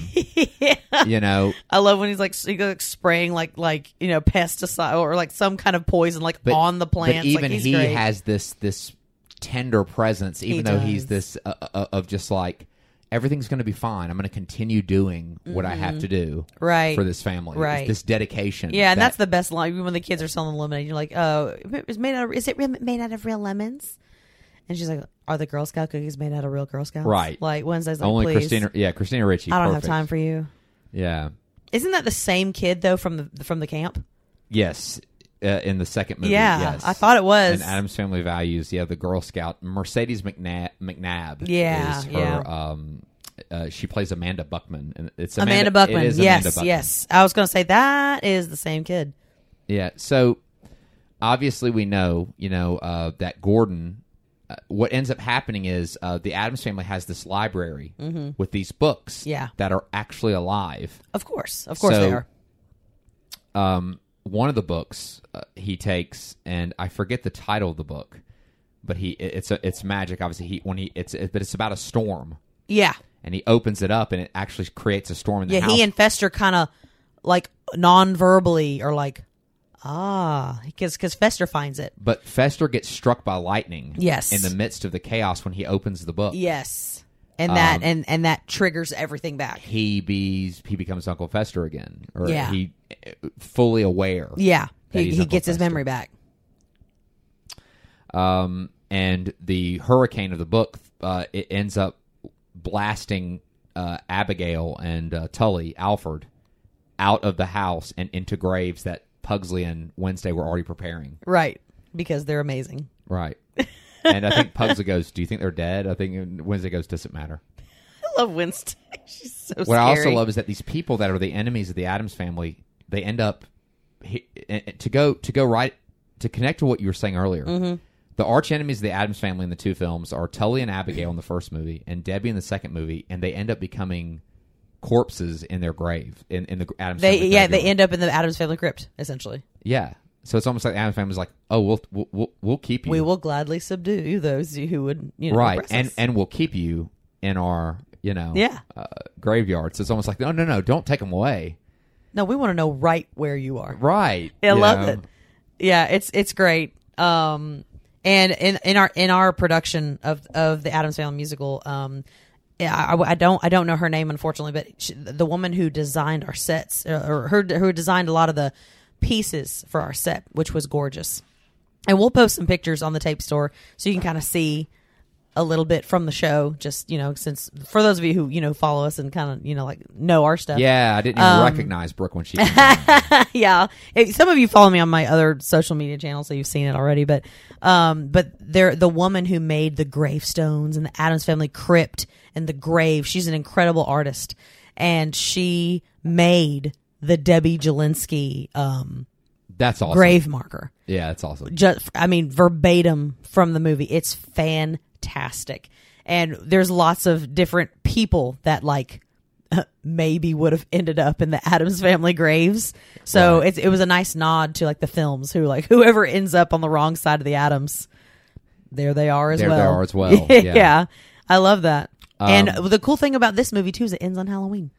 Speaker 1: You know,
Speaker 2: I love when he's like he goes like spraying like like you know pesticide or like some kind of poison like
Speaker 1: But-
Speaker 2: on the plants.
Speaker 1: But even
Speaker 2: like, he's
Speaker 1: he
Speaker 2: great.
Speaker 1: has this this tender presence, even though he's this uh, uh, of just like everything's going to be fine. I'm going to continue doing what I have to do
Speaker 2: Mm-hmm. Right.
Speaker 1: for this family. It's
Speaker 2: Right.
Speaker 1: this dedication.
Speaker 2: yeah, and
Speaker 1: that-
Speaker 2: that's the best line when the kids are selling lemonade. You're like, oh, it's made out. Of, is it re- made out of real lemons? And she's like, are the Girl Scout cookies made out of real Girl Scouts?
Speaker 1: Right.
Speaker 2: Like Wednesday's like,
Speaker 1: only
Speaker 2: please,
Speaker 1: Christina. Yeah, Christina Ritchie.
Speaker 2: I don't
Speaker 1: perfect.
Speaker 2: have time for you.
Speaker 1: Yeah.
Speaker 2: Isn't that the same kid though from the from the camp?
Speaker 1: Yes. Uh, in the second movie,
Speaker 2: yeah,
Speaker 1: yes.
Speaker 2: I thought it was.
Speaker 1: And Adam's Family Values, yeah, the Girl Scout Mercedes McNab. McNabb
Speaker 2: Yeah,
Speaker 1: is her.
Speaker 2: yeah.
Speaker 1: Um, uh, she plays Amanda Buckman, and it's
Speaker 2: Amanda,
Speaker 1: Amanda,
Speaker 2: Buckman.
Speaker 1: It is
Speaker 2: yes,
Speaker 1: Amanda Buckman.
Speaker 2: yes. I was gonna say that is the same kid.
Speaker 1: Yeah. So obviously, we know, you know, uh, that Gordon. Uh, what ends up happening is uh, the Adams family has this library with these books
Speaker 2: Mm-hmm. Yeah.
Speaker 1: that are actually alive.
Speaker 2: Of course, of course
Speaker 1: So-
Speaker 2: they are.
Speaker 1: Um, one of the books uh, he takes, and I forget the title of the book, but he it- it's a, it's magic. Obviously, he when he it's it, but it's about a storm,
Speaker 2: Yeah.
Speaker 1: and he opens it up, and it actually creates a storm in the
Speaker 2: Yeah,
Speaker 1: house.
Speaker 2: he and Fester kind of like non-verbally are like, ah, because because Fester finds it.
Speaker 1: but Fester gets struck by lightning.
Speaker 2: Yes.
Speaker 1: in the midst of the chaos when he opens the book.
Speaker 2: Yes, and that
Speaker 1: Um,
Speaker 2: and and that triggers everything back.
Speaker 1: he be he becomes Uncle Fester again, or
Speaker 2: Yeah.
Speaker 1: he uh, fully aware.
Speaker 2: Yeah,
Speaker 1: That
Speaker 2: he
Speaker 1: he's
Speaker 2: he
Speaker 1: Uncle
Speaker 2: gets his
Speaker 1: Fester.
Speaker 2: memory back.
Speaker 1: Um, and the hurricane of the book uh, it ends up blasting uh, Abigail and uh, Tully Alford out of the house and into graves that Pugsley and Wednesday were already preparing.
Speaker 2: Right. Because they're amazing.
Speaker 1: Right. and I think Pugsley goes, "Do you think they're dead?" I think and Wednesday goes, "Doesn't matter."
Speaker 2: I love Wednesday. She's so
Speaker 1: What I also love is that these people that are the enemies of the Adams family, they end up he- and- and to go to go right to connect to what you were saying earlier.
Speaker 2: Mm-hmm.
Speaker 1: The arch enemies of the Adams family in the two films are Tully and Abigail in the first movie and Debbie in the second movie, and they end up becoming corpses in their grave in, in the Adams.
Speaker 2: They
Speaker 1: family
Speaker 2: yeah, they
Speaker 1: graveyard.
Speaker 2: end up in the Adams family crypt, essentially.
Speaker 1: yeah. So it's almost like the Adams family's like, oh, we'll we'll we'll, we'll keep you,
Speaker 2: We will gladly subdue those who would you know
Speaker 1: right,
Speaker 2: oppress
Speaker 1: and
Speaker 2: us.
Speaker 1: and we'll keep you in our you know
Speaker 2: Yeah.
Speaker 1: uh, graveyard. So it's almost like, no, no, no, don't take them away.
Speaker 2: No, we want to know right where you are.
Speaker 1: Right.
Speaker 2: I
Speaker 1: you
Speaker 2: love
Speaker 1: know?
Speaker 2: it. Yeah, it's it's great. Um, and in in our in our production of of the Adams Family musical, um, I, I- I don't I don't know her name unfortunately, but she, the woman who designed our sets uh, or her who designed a lot of the pieces for our set, which was gorgeous. And we'll post some pictures on the tape store so you can kind of see a little bit from the show. Just you know, since for those of you who you know follow us and kind of you know like know our stuff,
Speaker 1: Yeah, I didn't even
Speaker 2: Um,
Speaker 1: recognize Brooke when she. Came out.
Speaker 2: yeah. It- some of you follow me on my other social media channels, so you've seen it already. But, um, but there, the woman who made the gravestones and the Adams family crypt and the grave, she's an incredible artist, and she made the Debbie Jelinski um,
Speaker 1: That's awesome.
Speaker 2: grave marker
Speaker 1: Yeah, that's awesome.
Speaker 2: just I mean verbatim from the movie. It's fantastic. And there's lots of different people that like maybe would have ended up in the Adams family graves. So it's it was a nice nod to like the films who like whoever ends up on the wrong side of the Adams, there they are as
Speaker 1: There they
Speaker 2: well.
Speaker 1: are as well.
Speaker 2: yeah.
Speaker 1: Yeah. Um,
Speaker 2: I love that. and the cool thing about this movie too is it ends on Halloween.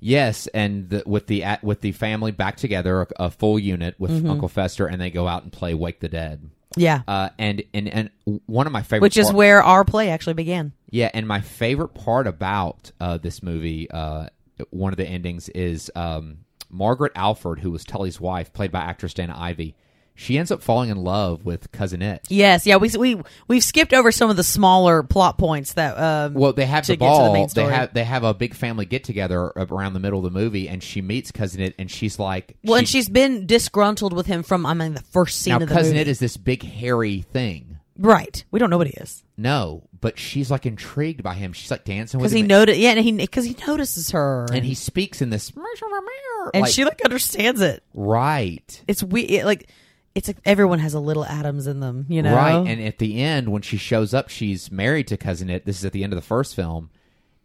Speaker 1: Yes, and the, with the at- with the family back together, a, a full unit with
Speaker 2: Mm-hmm.
Speaker 1: Uncle Fester, and they go out and play Wake the Dead.
Speaker 2: Yeah.
Speaker 1: Uh, and and and one of my favorite,
Speaker 2: Which is
Speaker 1: part-
Speaker 2: where our play actually began.
Speaker 1: yeah, and my favorite part about uh, this movie, uh, one of the endings is um, Margaret Alford, who was Tully's wife, played by actress Dana Ivy. She ends up falling in love with Cousin It.
Speaker 2: Yes, yeah, we we we've skipped over some of the smaller plot points that um
Speaker 1: Well, they have
Speaker 2: to
Speaker 1: the
Speaker 2: get to the
Speaker 1: ball.
Speaker 2: main
Speaker 1: they
Speaker 2: story.
Speaker 1: have they have a big family get together around the middle of the movie, and she meets cousin it, and she's like,
Speaker 2: well, and
Speaker 1: she-
Speaker 2: she's been disgruntled with him from I mean the first scene
Speaker 1: now
Speaker 2: of the
Speaker 1: cousin
Speaker 2: movie.
Speaker 1: it is this big hairy thing.
Speaker 2: right. We don't know what he is
Speaker 1: No, but she's like intrigued by him. She's like dancing with
Speaker 2: because
Speaker 1: him,
Speaker 2: he noticed. Yeah, and he because he notices her,
Speaker 1: and he speaks in this
Speaker 2: and
Speaker 1: like,
Speaker 2: she like understands it.
Speaker 1: right.
Speaker 2: It's we it, like it's like everyone has a little Adams in them, you know.
Speaker 1: Right. And at the end, when she shows up, she's married to Cousin It. This is at the end of the first film.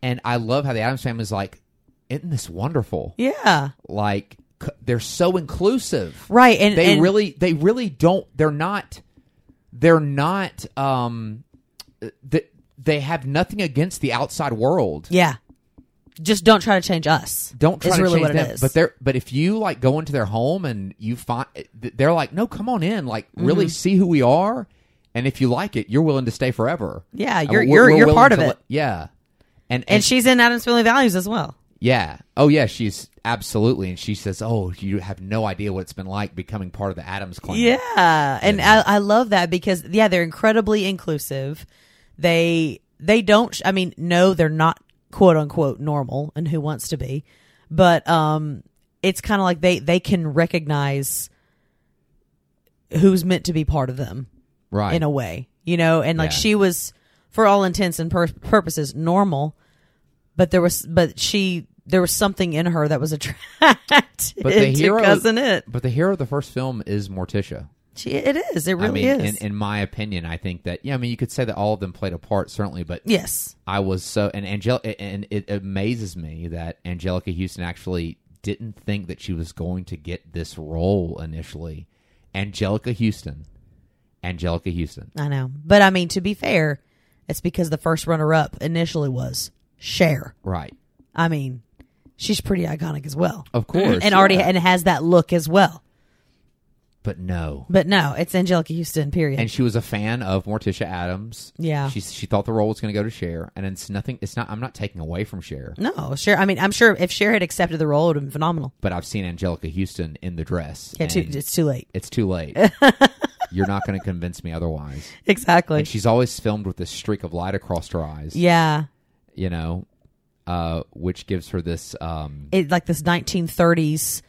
Speaker 1: And I love how the Adams family is like, isn't this wonderful?
Speaker 2: yeah,
Speaker 1: Like, c- they're so inclusive.
Speaker 2: right. And
Speaker 1: they
Speaker 2: and-
Speaker 1: really they really don't they're not they're not um they, they have nothing against the outside world
Speaker 2: yeah. Just don't try to change us.
Speaker 1: don't try
Speaker 2: is
Speaker 1: to
Speaker 2: really
Speaker 1: change
Speaker 2: what
Speaker 1: them
Speaker 2: it is.
Speaker 1: but they're but if you like go into their home and you find they're like no come on in like really
Speaker 2: Mm-hmm.
Speaker 1: see who we are and if you like it you're willing to stay forever
Speaker 2: Yeah,
Speaker 1: And
Speaker 2: you're- you're- you're
Speaker 1: willing
Speaker 2: part of
Speaker 1: to
Speaker 2: it.
Speaker 1: let- yeah and,
Speaker 2: and she's in Adams Family Values as well.
Speaker 1: Yeah. Oh, yeah. She's absolutely, and she says, "Oh, you have no idea what it's been like becoming part of the Adams clan."
Speaker 2: Yeah, and I, I love that because yeah, they're incredibly inclusive. They they don't. sh- I mean, no, they're not quote unquote normal, and who wants to be? But um, it's kind of like they they can recognize who's meant to be part of them
Speaker 1: right.
Speaker 2: in a way, you know. And like
Speaker 1: Yeah.
Speaker 2: she was, for all intents and pur- purposes, normal, but there was but she. There was something in her that was attracted
Speaker 1: But the
Speaker 2: to
Speaker 1: hero-
Speaker 2: cousin it.
Speaker 1: But the hero of the first film is Morticia.
Speaker 2: She, it is. It really
Speaker 1: I mean,
Speaker 2: is.
Speaker 1: In, in my opinion, I think that yeah, I mean, you could say that all of them played a part, certainly, but
Speaker 2: Yes.
Speaker 1: I was so and Angel and it amazes me that Angelica Houston actually didn't think that she was going to get this role initially. Angelica Houston, Angelica Houston,
Speaker 2: I know. But I mean, to be fair, it's because the first runner up initially was Cher.
Speaker 1: right?
Speaker 2: I mean, she's pretty iconic as well.
Speaker 1: Of course,
Speaker 2: And already
Speaker 1: yeah.
Speaker 2: and has that look as well.
Speaker 1: but no.
Speaker 2: But no, it's Angelica Houston, period.
Speaker 1: And she was a fan of Morticia Adams.
Speaker 2: Yeah.
Speaker 1: she she thought the role was going to go to Cher, and it's nothing. It's not. I'm not taking away from Cher.
Speaker 2: no, Cher I mean, I'm sure if Cher had accepted the role, it would have been phenomenal.
Speaker 1: but I've seen Angelica Houston in the dress.
Speaker 2: Yeah, too,
Speaker 1: and
Speaker 2: it's too late.
Speaker 1: it's too late. You're not going to convince me otherwise.
Speaker 2: exactly.
Speaker 1: And she's always filmed with this streak of light across her eyes,
Speaker 2: yeah.
Speaker 1: you know, uh, which gives her this. Um,
Speaker 2: It like this 1930s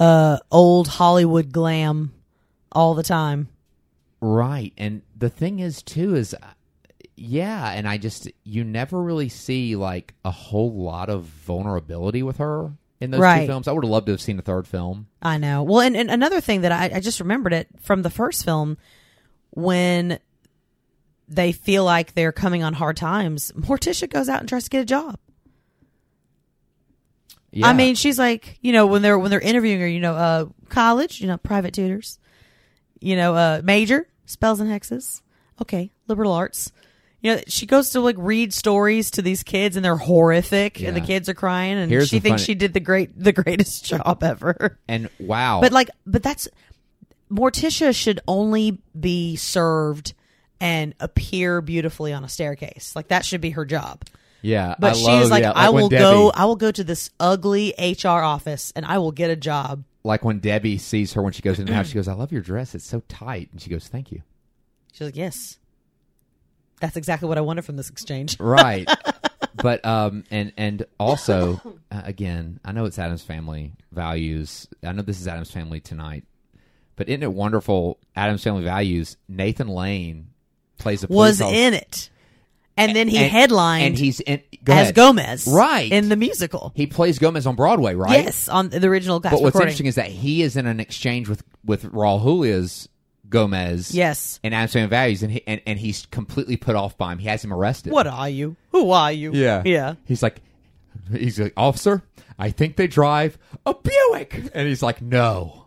Speaker 2: uh old Hollywood glam all the time.
Speaker 1: right. And the thing is, too, is uh, yeah. And I just, you never really see like a whole lot of vulnerability with her in those two
Speaker 2: Right.
Speaker 1: films. I would have loved to have seen a third film.
Speaker 2: I know. Well, and, and another thing that I, I just remembered it from the first film when they feel like they're coming on hard times, Morticia goes out and tries to get a job.
Speaker 1: Yeah.
Speaker 2: I mean, she's like, you know, when they're when they're interviewing her, you know, uh, college, you know, private tutors, you know, uh, major spells and hexes, okay, liberal arts. You know, she goes to like read stories to these kids, and they're horrific, and the
Speaker 1: Yeah.
Speaker 2: kids are crying, and
Speaker 1: Here's
Speaker 2: she
Speaker 1: the
Speaker 2: thinks
Speaker 1: funny-
Speaker 2: she did the great, the greatest job ever.
Speaker 1: and wow.
Speaker 2: But like, but that's Morticia should only be served and appear beautifully on a staircase. Like that should be her job.
Speaker 1: yeah.
Speaker 2: But
Speaker 1: I
Speaker 2: she
Speaker 1: love-
Speaker 2: is like,
Speaker 1: yeah,
Speaker 2: I
Speaker 1: when
Speaker 2: will
Speaker 1: Debbie-
Speaker 2: go. I will go to this ugly HR office, and I will get a job.
Speaker 1: like when Debbie sees her when she goes in the house, she goes, "I love your dress. It's so tight." And she goes, "Thank you."
Speaker 2: She's like, yes, that's exactly what I wanted from this exchange.
Speaker 1: Right. but um and and also uh, again, I know it's Adam's family values. I know this is Adam's family tonight. But isn't it wonderful Adam's family values? Nathan Lane plays a police
Speaker 2: Was
Speaker 1: officer-
Speaker 2: in it, and then he
Speaker 1: and-
Speaker 2: headlined
Speaker 1: and he's in go
Speaker 2: as
Speaker 1: ahead.
Speaker 2: Gomez,
Speaker 1: Right.
Speaker 2: in the musical.
Speaker 1: He plays Gomez on Broadway, right?
Speaker 2: Yes, on the original guys
Speaker 1: But what's
Speaker 2: recording.
Speaker 1: interesting is that he is in an exchange with with Raul Julia's Gomez.
Speaker 2: yes,
Speaker 1: And Adam's family values and he and, and he's completely put off by him. He has him arrested.
Speaker 2: what are you? Who are you?
Speaker 1: Yeah.
Speaker 2: yeah.
Speaker 1: He's like, he's like, officer, I think they drive a Buick. And he's like, no.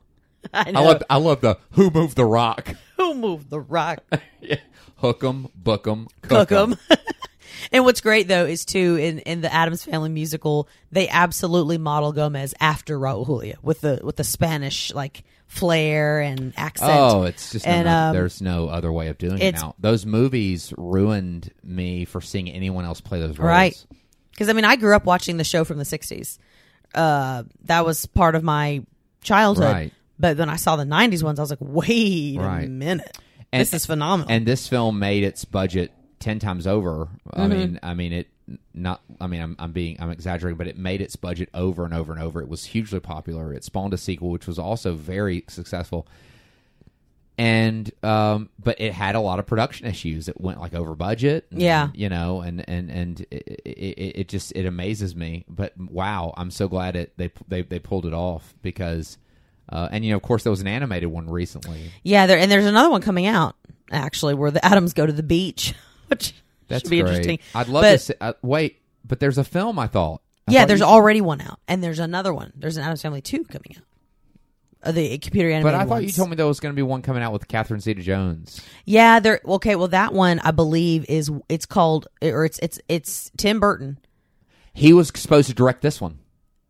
Speaker 2: I know.
Speaker 1: I love, I love the who moved the rock.
Speaker 2: Who moved the rock?
Speaker 1: Yeah. Hook 'em, book 'em, cook,
Speaker 2: cook 'em. and what's great though is too in in the Adams Family musical, they absolutely model Gomez after Raul Julia with the with the Spanish like flair and accent.
Speaker 1: Oh, it's just
Speaker 2: And,
Speaker 1: no, no-
Speaker 2: um,
Speaker 1: there's no other way of doing it
Speaker 2: it's-
Speaker 1: now. Those movies ruined me for seeing anyone else play those roles.
Speaker 2: right? Because I mean, I grew up watching the show from the '60s. Uh, that was part of my childhood.
Speaker 1: Right.
Speaker 2: But then I saw the '90s ones. I was like, wait a
Speaker 1: Right.
Speaker 2: minute,
Speaker 1: And-
Speaker 2: this is phenomenal.
Speaker 1: And this film made its budget ten times over. I
Speaker 2: Mm-hmm.
Speaker 1: mean, I mean it. Not, I mean, I'm, I'm being, I'm exaggerating, but it made its budget over and over and over. It was hugely popular. It spawned a sequel, which was also very successful. And, um, but it had a lot of production issues. It went like over budget. and,
Speaker 2: Yeah.
Speaker 1: you know, and and and it, it, it just it amazes me. But wow, I'm so glad it they they they pulled it off because, uh, and you know, of course, there was an animated one recently.
Speaker 2: yeah, there and there's another one coming out actually where the Adams go to the beach, which
Speaker 1: That's
Speaker 2: should be
Speaker 1: great.
Speaker 2: interesting.
Speaker 1: I'd love
Speaker 2: But-
Speaker 1: to see, uh, wait, but there's a film I thought. I
Speaker 2: Yeah,
Speaker 1: thought
Speaker 2: there's
Speaker 1: you-
Speaker 2: already one out, and there's another one. There's an Adams Family two coming out. Uh, the computer animated.
Speaker 1: But I thought
Speaker 2: ones.
Speaker 1: you told me there was going to be one coming out with Catherine Zeta-Jones.
Speaker 2: Yeah, there. Okay, well, that one I believe is it's called or it's it's it's Tim Burton.
Speaker 1: He was supposed to direct this one.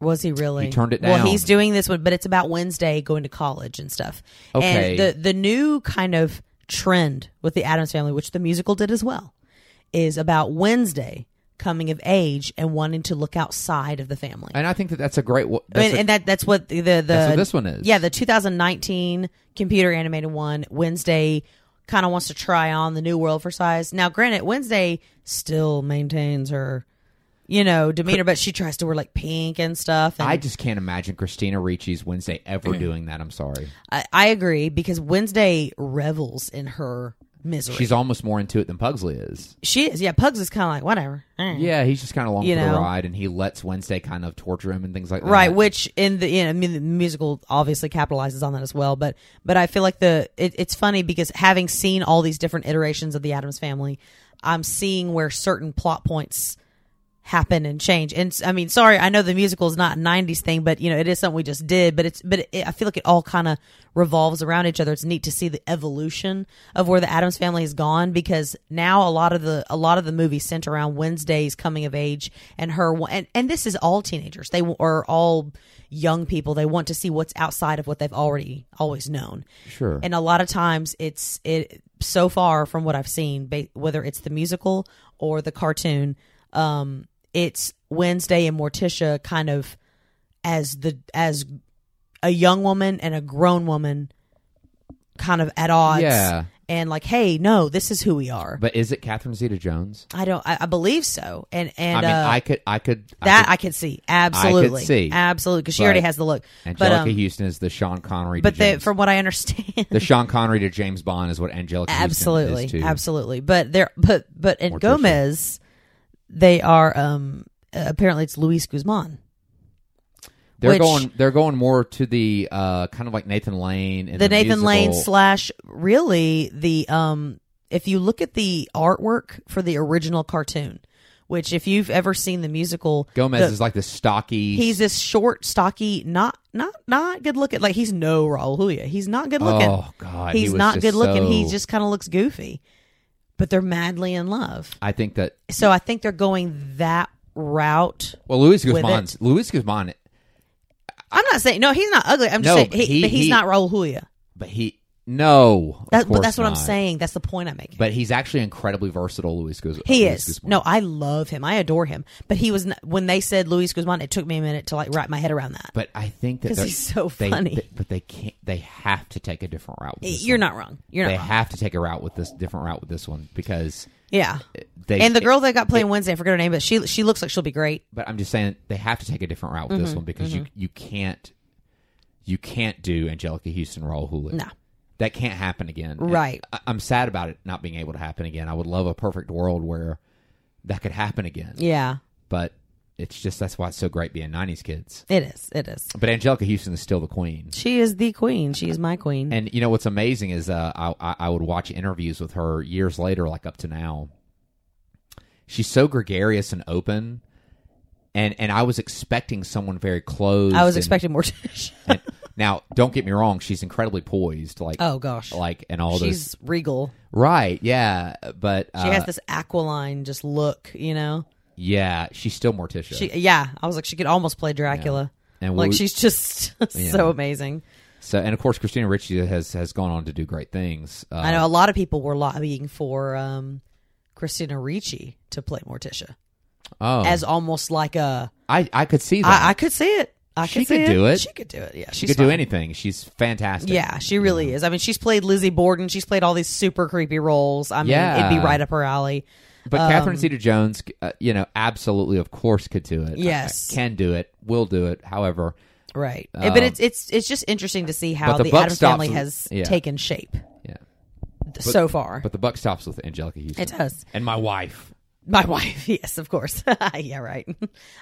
Speaker 2: Was he really?
Speaker 1: He turned it
Speaker 2: Well,
Speaker 1: down.
Speaker 2: he's doing this one, but it's about Wednesday going to college and stuff.
Speaker 1: Okay.
Speaker 2: And the the new kind of trend with the Adams Family, which the musical did as well, is about Wednesday coming of age and wanting to look outside of the family.
Speaker 1: And I think that that's a great. wa-
Speaker 2: I
Speaker 1: That's
Speaker 2: mean, and that that's what the the, the
Speaker 1: That's what this one is.
Speaker 2: Yeah, the 2019 computer animated one Wednesday kind of wants to try on the new world for size. Now, granted, Wednesday still maintains her, you know, demeanor, but she tries to wear like pink and stuff.
Speaker 1: a,
Speaker 2: And
Speaker 1: I just can't imagine Christina Ricci's Wednesday ever doing that. I'm sorry.
Speaker 2: I, I agree because Wednesday revels in her misery.
Speaker 1: She's almost more into it than Pugsley is.
Speaker 2: she is, yeah. Pugs is kind of like whatever. Eh.
Speaker 1: Yeah, he's just kind of along
Speaker 2: You
Speaker 1: for the
Speaker 2: know.
Speaker 1: ride, and he lets Wednesday kind of torture him and things like that.
Speaker 2: right which in the you know, I mean, the musical obviously capitalizes on that as well but but i feel like the it, it's funny because having seen all these different iterations of the adams family i'm seeing where certain plot points happen and change and s- i mean sorry i know the musical is not a 90s thing but you know it is something we just did but it's but it, i feel like it all kind of revolves around each other it's neat to see the evolution of where the adams family has gone because now a lot of the a lot of the movies center around wednesday's coming of age and her wa- and, and this is all teenagers they w- are all young people they want to see what's outside of what they've already always known
Speaker 1: Sure.
Speaker 2: and a lot of times it's it so far from what I've seen, ba- whether it's the musical or the cartoon, um, it's Wednesday and Morticia kind of as the as a young woman and a grown woman kind of at odds
Speaker 1: Yeah.
Speaker 2: and like, hey, no, this is who we are.
Speaker 1: But is it Catherine Zeta Jones?
Speaker 2: I don't. I, I believe so. And and
Speaker 1: I mean,
Speaker 2: uh,
Speaker 1: I could, I could.
Speaker 2: that
Speaker 1: I
Speaker 2: I could see absolutely.
Speaker 1: see.
Speaker 2: absolutely because she already
Speaker 1: But-
Speaker 2: has the look.
Speaker 1: could,
Speaker 2: but
Speaker 1: Angelica
Speaker 2: um,
Speaker 1: Houston is the Sean Connery.
Speaker 2: but
Speaker 1: to
Speaker 2: the,
Speaker 1: James,
Speaker 2: from what I understand,
Speaker 1: the Sean Connery to James Bond is what Angelica
Speaker 2: absolutely,
Speaker 1: Houston is to.
Speaker 2: absolutely. But there, but but in
Speaker 1: Or Trisha.
Speaker 2: Gomez, they are um uh, apparently it's Luis Guzman.
Speaker 1: They're
Speaker 2: which-
Speaker 1: going, they're going more to the uh, kind of like Nathan Lane and
Speaker 2: the Nathan Lane
Speaker 1: musical.
Speaker 2: slash really the um if you look at the artwork for the original cartoon, which if you've ever seen the musical
Speaker 1: Gomez
Speaker 2: the-
Speaker 1: is like the stocky.
Speaker 2: he's this short, stocky, not not not good looking. Like he's no Raul Julia. He's not good looking.
Speaker 1: oh God, he
Speaker 2: he's
Speaker 1: was
Speaker 2: not
Speaker 1: just
Speaker 2: good looking. He
Speaker 1: so-
Speaker 2: just kind of looks goofy. But they're madly in love.
Speaker 1: I think that
Speaker 2: So I think they're going that route.
Speaker 1: well, Luis
Speaker 2: With it.
Speaker 1: Guzman's Luis Guzman,
Speaker 2: I'm not saying no. He's not ugly. I'm just
Speaker 1: No,
Speaker 2: saying
Speaker 1: but
Speaker 2: he,
Speaker 1: he-
Speaker 2: but he's
Speaker 1: he-
Speaker 2: not Raul Julia.
Speaker 1: but he no, of
Speaker 2: That, but
Speaker 1: course
Speaker 2: that's what I'm
Speaker 1: not.
Speaker 2: saying. That's the point I'm making.
Speaker 1: But he's actually incredibly versatile. Luis Guzman.
Speaker 2: He
Speaker 1: Luis
Speaker 2: is.
Speaker 1: Guzman.
Speaker 2: No, I love him. I adore him. But he was n when they said Luis Guzman, it took me a minute to like wrap my head around that.
Speaker 1: But I think that
Speaker 2: 'Cause
Speaker 1: they're-
Speaker 2: he's so
Speaker 1: they-
Speaker 2: funny.
Speaker 1: they- but they can't. They have to take a different route. With this
Speaker 2: You're
Speaker 1: one.
Speaker 2: not wrong. You're
Speaker 1: They
Speaker 2: not. Wrong.
Speaker 1: have to take a route with this different route with this one because
Speaker 2: Yeah.
Speaker 1: they
Speaker 2: And the girl that got playing Wednesday, I forget her name, but she she looks like she'll be great.
Speaker 1: But I'm just saying they have to take a different route with
Speaker 2: Mm-hmm,
Speaker 1: this one because you you can't you can't do Angelica Houston Raul Hula.
Speaker 2: No.
Speaker 1: That can't happen again.
Speaker 2: Right.
Speaker 1: I, I'm sad about it not being able to happen again. I would love a perfect world where that could happen again.
Speaker 2: Yeah.
Speaker 1: But it's just that's why it's so great being 90s kids.
Speaker 2: It is. It is.
Speaker 1: But Angelica Houston is still the queen.
Speaker 2: She is the queen. She is my queen.
Speaker 1: And you know what's amazing is uh, I, I I would watch interviews with her years later, like up to now. She's so gregarious and open, and and I was expecting someone very closed.
Speaker 2: I was
Speaker 1: and-
Speaker 2: expecting more. Tish.
Speaker 1: and- now, don't get me wrong; she's incredibly poised, like
Speaker 2: oh gosh.
Speaker 1: like and all those.
Speaker 2: She's regal.
Speaker 1: Right? Yeah, but uh,
Speaker 2: She has this aquiline just look, you know.
Speaker 1: yeah, she's still Morticia.
Speaker 2: She yeah, I was like she could almost play Dracula.
Speaker 1: and
Speaker 2: Like
Speaker 1: we-
Speaker 2: she's just so amazing.
Speaker 1: so, and of course, Christina Ricci has has gone on to do great things. Uh,
Speaker 2: I know a lot of people were lobbying for um, Christina Ricci to play Morticia
Speaker 1: oh,
Speaker 2: as almost like a.
Speaker 1: I I could see that
Speaker 2: I, I could see it. I
Speaker 1: She
Speaker 2: could, see
Speaker 1: could do it.
Speaker 2: She could do it. Yeah,
Speaker 1: she
Speaker 2: she's
Speaker 1: could do
Speaker 2: fine.
Speaker 1: anything. She's fantastic.
Speaker 2: Yeah, she really is. I mean, she's played Lizzie Borden. She's played all these super creepy roles. I mean, it'd
Speaker 1: Yeah.
Speaker 2: be right up her alley.
Speaker 1: But Catherine
Speaker 2: Um,
Speaker 1: Zeta Jones, uh, you know, absolutely, of course, could do it.
Speaker 2: Yes.
Speaker 1: Uh, can do it, will do it. However,
Speaker 2: Right. but it's it's it's just interesting to see how
Speaker 1: Um, but the
Speaker 2: the,
Speaker 1: buck
Speaker 2: Adams
Speaker 1: stops
Speaker 2: family
Speaker 1: with-
Speaker 2: has
Speaker 1: yeah.
Speaker 2: taken shape
Speaker 1: yeah.
Speaker 2: so far.
Speaker 1: But the buck stops with Angelica Houston.
Speaker 2: it does.
Speaker 1: and my wife.
Speaker 2: My wife, yes, of course. yeah, right.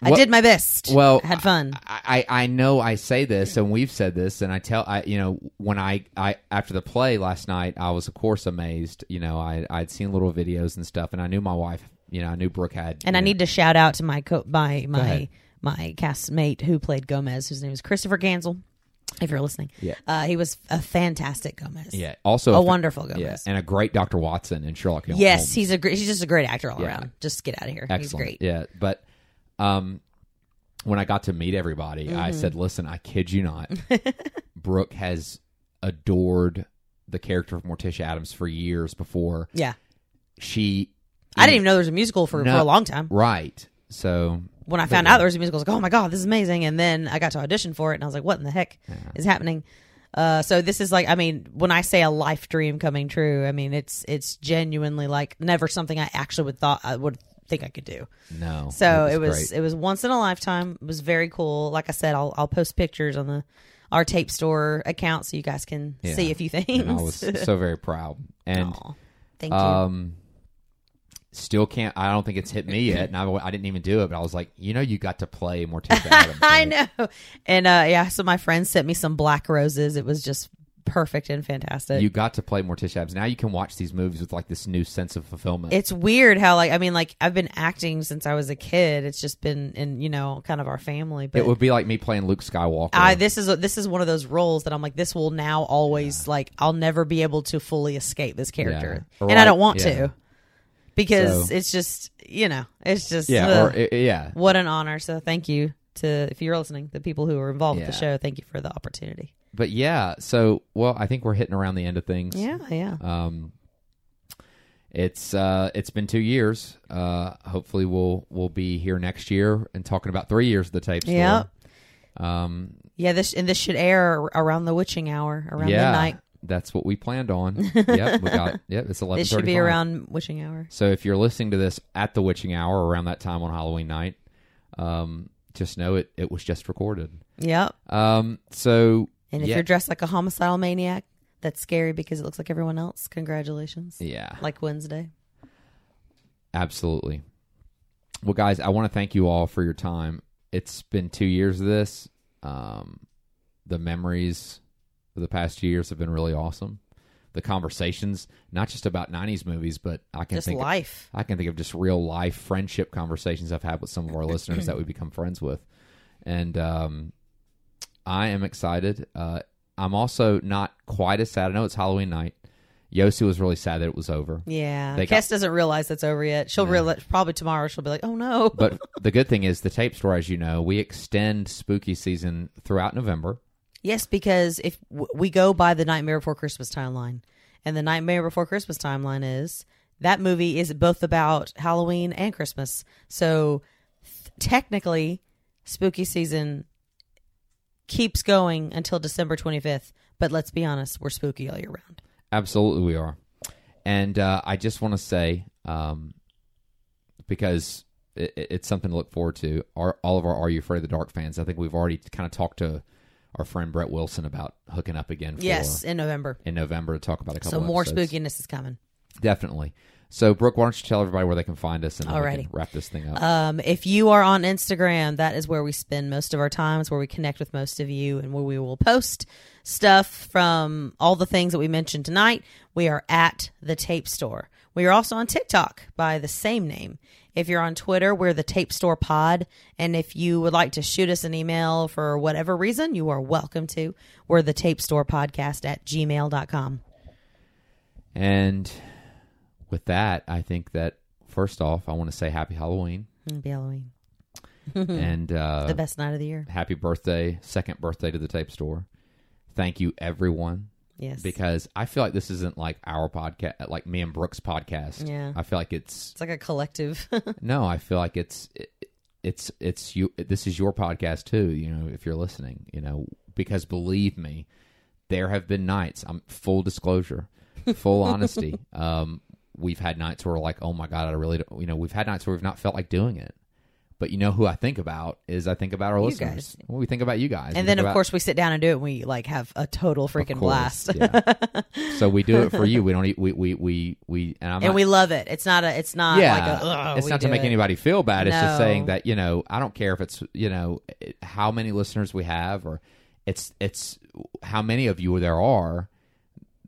Speaker 2: I
Speaker 1: Well-
Speaker 2: did my best.
Speaker 1: Well,
Speaker 2: I had fun.
Speaker 1: I, I I know I say this, and we've said this, and I tell I you know when I I after the play last night, I was of course amazed. You know, I I'd seen little videos and stuff, and I knew my wife. You know, I knew Brooke had.
Speaker 2: And I
Speaker 1: you know,
Speaker 2: need to shout out to my co- my
Speaker 1: ahead.
Speaker 2: my my castmate who played Gomez, whose name is Christopher Gansel. If you're listening,
Speaker 1: Yeah.
Speaker 2: uh, he was a fantastic Gomez.
Speaker 1: yeah, also
Speaker 2: a
Speaker 1: fa-
Speaker 2: wonderful Gomez.
Speaker 1: yeah, and a great Doctor Watson and Sherlock Holmes.
Speaker 2: yes, he's a gr- he's just a great actor all
Speaker 1: Yeah.
Speaker 2: around. Just get out of here. He's
Speaker 1: excellent.
Speaker 2: great.
Speaker 1: Yeah, but um, when I got to meet everybody, I
Speaker 2: Mm-hmm.
Speaker 1: said, "Listen, I kid you not, Brooke has adored the character of Morticia Adams for years before
Speaker 2: Yeah,
Speaker 1: she."
Speaker 2: I didn't even know there was a musical for,
Speaker 1: No.
Speaker 2: for a long time.
Speaker 1: Right. So
Speaker 2: When I found out there was a musical, I was like, oh my god, this is amazing. And then I got to audition for it, and I was like, what in the heck is happening? Uh, so this is like, I mean, when I say a life dream coming true, I mean it's it's genuinely like never something I actually would thought I would think I could do.
Speaker 1: no.
Speaker 2: So it was it was,
Speaker 1: great.
Speaker 2: once in a lifetime. It was very cool. Like I said, I'll I'll post pictures on the our tape store account so you guys can
Speaker 1: Yeah.
Speaker 2: see a few things.
Speaker 1: And I was so very proud, and
Speaker 2: Aw, Thank you.
Speaker 1: um, still can't. I don't think it's hit me yet, and I, I didn't even do it. But I was like, you know, you got to play Morticia Adams.
Speaker 2: I know. And uh yeah, so my friend sent me some black roses. It was just perfect and fantastic.
Speaker 1: You got to play Morticia Adams. Now you can watch these movies with like this new sense of fulfillment.
Speaker 2: it's weird how like I mean like I've been acting since I was a kid. It's just been in, you know, kind of our family, but
Speaker 1: It would be like me playing Luke Skywalker.
Speaker 2: I, this is this is one of those roles that I'm like this will now always like I'll never be able to fully escape this character,
Speaker 1: Yeah. Or
Speaker 2: and I don't
Speaker 1: like-
Speaker 2: want
Speaker 1: yeah.
Speaker 2: to because
Speaker 1: So-
Speaker 2: it's just you know it's just
Speaker 1: yeah,
Speaker 2: ugh,
Speaker 1: or, i- yeah.
Speaker 2: what an honor. So thank you to if you're listening, the people who are involved with the
Speaker 1: Yeah.
Speaker 2: show. Thank you for the opportunity.
Speaker 1: But yeah, so well, I think we're hitting around the end of things.
Speaker 2: Yeah, yeah.
Speaker 1: Um, it's uh, it's been two years. Uh, hopefully we'll we'll be here next year and talking about three years of the tape. store.
Speaker 2: Yep.
Speaker 1: Um,
Speaker 2: Yeah, this and this should air around the witching hour, around
Speaker 1: yeah.
Speaker 2: midnight.
Speaker 1: That's what we planned on. yep, we got. Yep, it's eleven.
Speaker 2: This should be around wishing hour.
Speaker 1: So if you're listening to this at the witching hour around that time on Halloween night, um, just know it it was just recorded.
Speaker 2: Yep.
Speaker 1: Um, so
Speaker 2: And if
Speaker 1: yeah,
Speaker 2: you're dressed like a homicidal maniac, that's scary because it looks like everyone else. Congratulations.
Speaker 1: yeah,
Speaker 2: Like Wednesday.
Speaker 1: absolutely. Well, guys, I want to thank you all for your time. It's been two years of this. Um, the memories of the past two years have been really awesome. The conversations, not just about '90s movies, but I can
Speaker 2: Just
Speaker 1: think
Speaker 2: life.
Speaker 1: I can think of just real life friendship conversations I've had with some of our listeners that we become friends with, and um, I am excited. Uh, I'm also not quite as sad. I know it's Halloween night. Yossi was really sad that it was over,
Speaker 2: Yeah.
Speaker 1: They got-
Speaker 2: Cass doesn't realize that's over yet. She'll realize probably tomorrow she'll be like, oh no.
Speaker 1: but the good thing is the tape store, as you know, we extend spooky season throughout November.
Speaker 2: yes, because if w- we go by the Nightmare Before Christmas timeline, and the Nightmare Before Christmas timeline is that movie is both about Halloween and Christmas. So th- technically, spooky season keeps going until December 25th. But let's be honest, we're spooky all year round.
Speaker 1: Absolutely, we are. And uh, I just want to say, um, because it, it- it's something to look forward to, our, all of our Are You Afraid of the Dark fans, I think we've already kind of talked to our friend Brett Wilson about hooking up again for,
Speaker 2: Yes, in November.
Speaker 1: in November to talk about a couple
Speaker 2: So more
Speaker 1: episodes.
Speaker 2: spookiness is coming.
Speaker 1: Definitely. So, Brooke, why don't you tell everybody where they can find us and then we
Speaker 2: Alrighty.
Speaker 1: can wrap this thing up.
Speaker 2: Um, if you are on Instagram, that is where we spend most of our time. It's where we connect with most of you and where we will post stuff from all the things that we mentioned tonight. We are at the tape store. We are also on TikTok by the same name. If you're on Twitter, we're the tape store pod. And if you would like to shoot us an email for whatever reason, you are welcome to. We're the tape store podcast at gmail.com.
Speaker 1: and with that, I think that first off, I want to say Happy Halloween
Speaker 2: Happy Halloween.
Speaker 1: and uh,
Speaker 2: The best night of Mm-hmm. the year.
Speaker 1: happy birthday, second birthday to the tape store. Thank you, everyone.
Speaker 2: Yes.
Speaker 1: because I feel like this isn't like our podcast, like me and Brooks' podcast.
Speaker 2: Yeah.
Speaker 1: I feel like it's
Speaker 2: it's like a collective.
Speaker 1: no, I feel like it's it, it's it's you. This is your podcast too. You know, if you're listening, you know, because believe me, there have been nights. I'm full disclosure, full honesty. Um, we've had nights where we're like, oh my god, I really, don't, you know, we've had nights where we've not felt like doing it. But you know who I think about is I think about our listeners.
Speaker 2: guys.
Speaker 1: Well, we think about you guys, We
Speaker 2: and then
Speaker 1: think
Speaker 2: of
Speaker 1: about-
Speaker 2: course we sit down and do it and we like have a total
Speaker 1: of
Speaker 2: freaking
Speaker 1: course,
Speaker 2: blast
Speaker 1: yeah. so we do it for you. We don't. e- We we we we. And I'm not-
Speaker 2: and we love it it's not a it's not
Speaker 1: yeah,
Speaker 2: like a "Ugh,
Speaker 1: it's
Speaker 2: we
Speaker 1: not to
Speaker 2: do
Speaker 1: make
Speaker 2: it."
Speaker 1: anybody feel bad. It's just
Speaker 2: No.
Speaker 1: saying that you know I don't care if it's you know it- how many listeners we have or it's it's how many of you there are,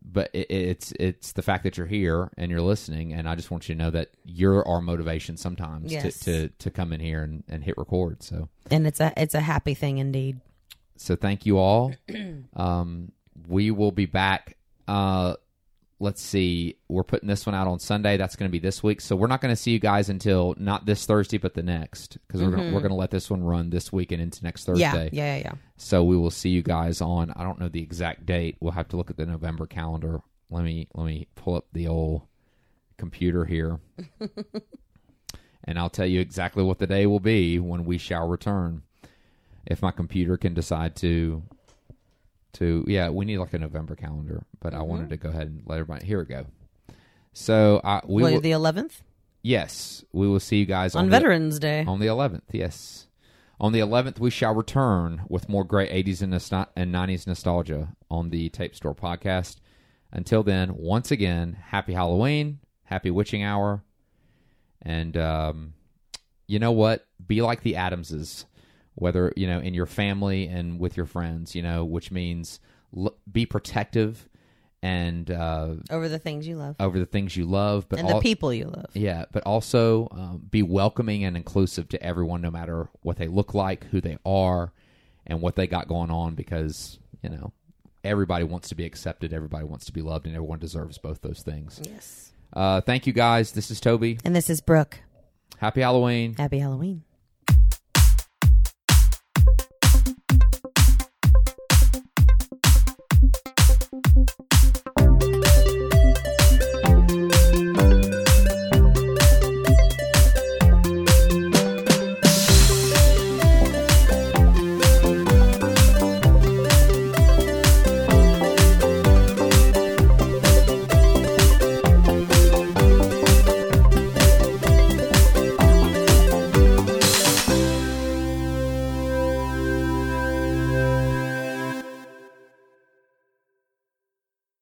Speaker 1: but it, it's it's the fact that you're here and you're listening, and I just want you to know that you're our motivation sometimes
Speaker 2: Yes.
Speaker 1: to, to to come in here and, and hit record. So
Speaker 2: and it's a it's a happy thing indeed
Speaker 1: so thank you all. um, we will be back. Uh, let's see. We're putting this one out on Sunday. That's going to be this week. So we're not going to see you guys until not this Thursday, but the next, because we're gonna, we're going to let this one run this week and into next Thursday.
Speaker 2: Mm-hmm. yeah yeah yeah yeah
Speaker 1: So we will see you guys on. I don't know the exact date. We'll have to look at the November calendar. Let me let me pull up the old computer here, and I'll tell you exactly what the day will be when we shall return. If my computer can decide to, to yeah, we need like a November calendar. But
Speaker 2: Mm-hmm.
Speaker 1: I wanted to go ahead and let everybody. Here we go. So I we
Speaker 2: Well,
Speaker 1: will,
Speaker 2: the 11th
Speaker 1: yes we will see you guys
Speaker 2: on
Speaker 1: the-
Speaker 2: veterans day
Speaker 1: on the 11th, yes. On the 11th, we shall return with more great 80s and, nostal- and 90s nostalgia on the Tape Store podcast. Until then, once again, happy Halloween, happy witching hour. And um, you know what? Be like the Adamses, whether, you know, in your family and with your friends, you know, which means l- be protective and uh,
Speaker 2: over the things you love
Speaker 1: over the things you love, but
Speaker 2: and
Speaker 1: al-
Speaker 2: the people you love
Speaker 1: yeah, but also um, be welcoming and inclusive to everyone, no matter what they look like, who they are, and what they got going on, because, you know, everybody wants to be accepted, everybody wants to be loved, and everyone deserves both those things.
Speaker 2: yes
Speaker 1: Uh, thank you guys. This is Toby.
Speaker 2: and this is brooke
Speaker 1: Happy Halloween.
Speaker 2: happy halloween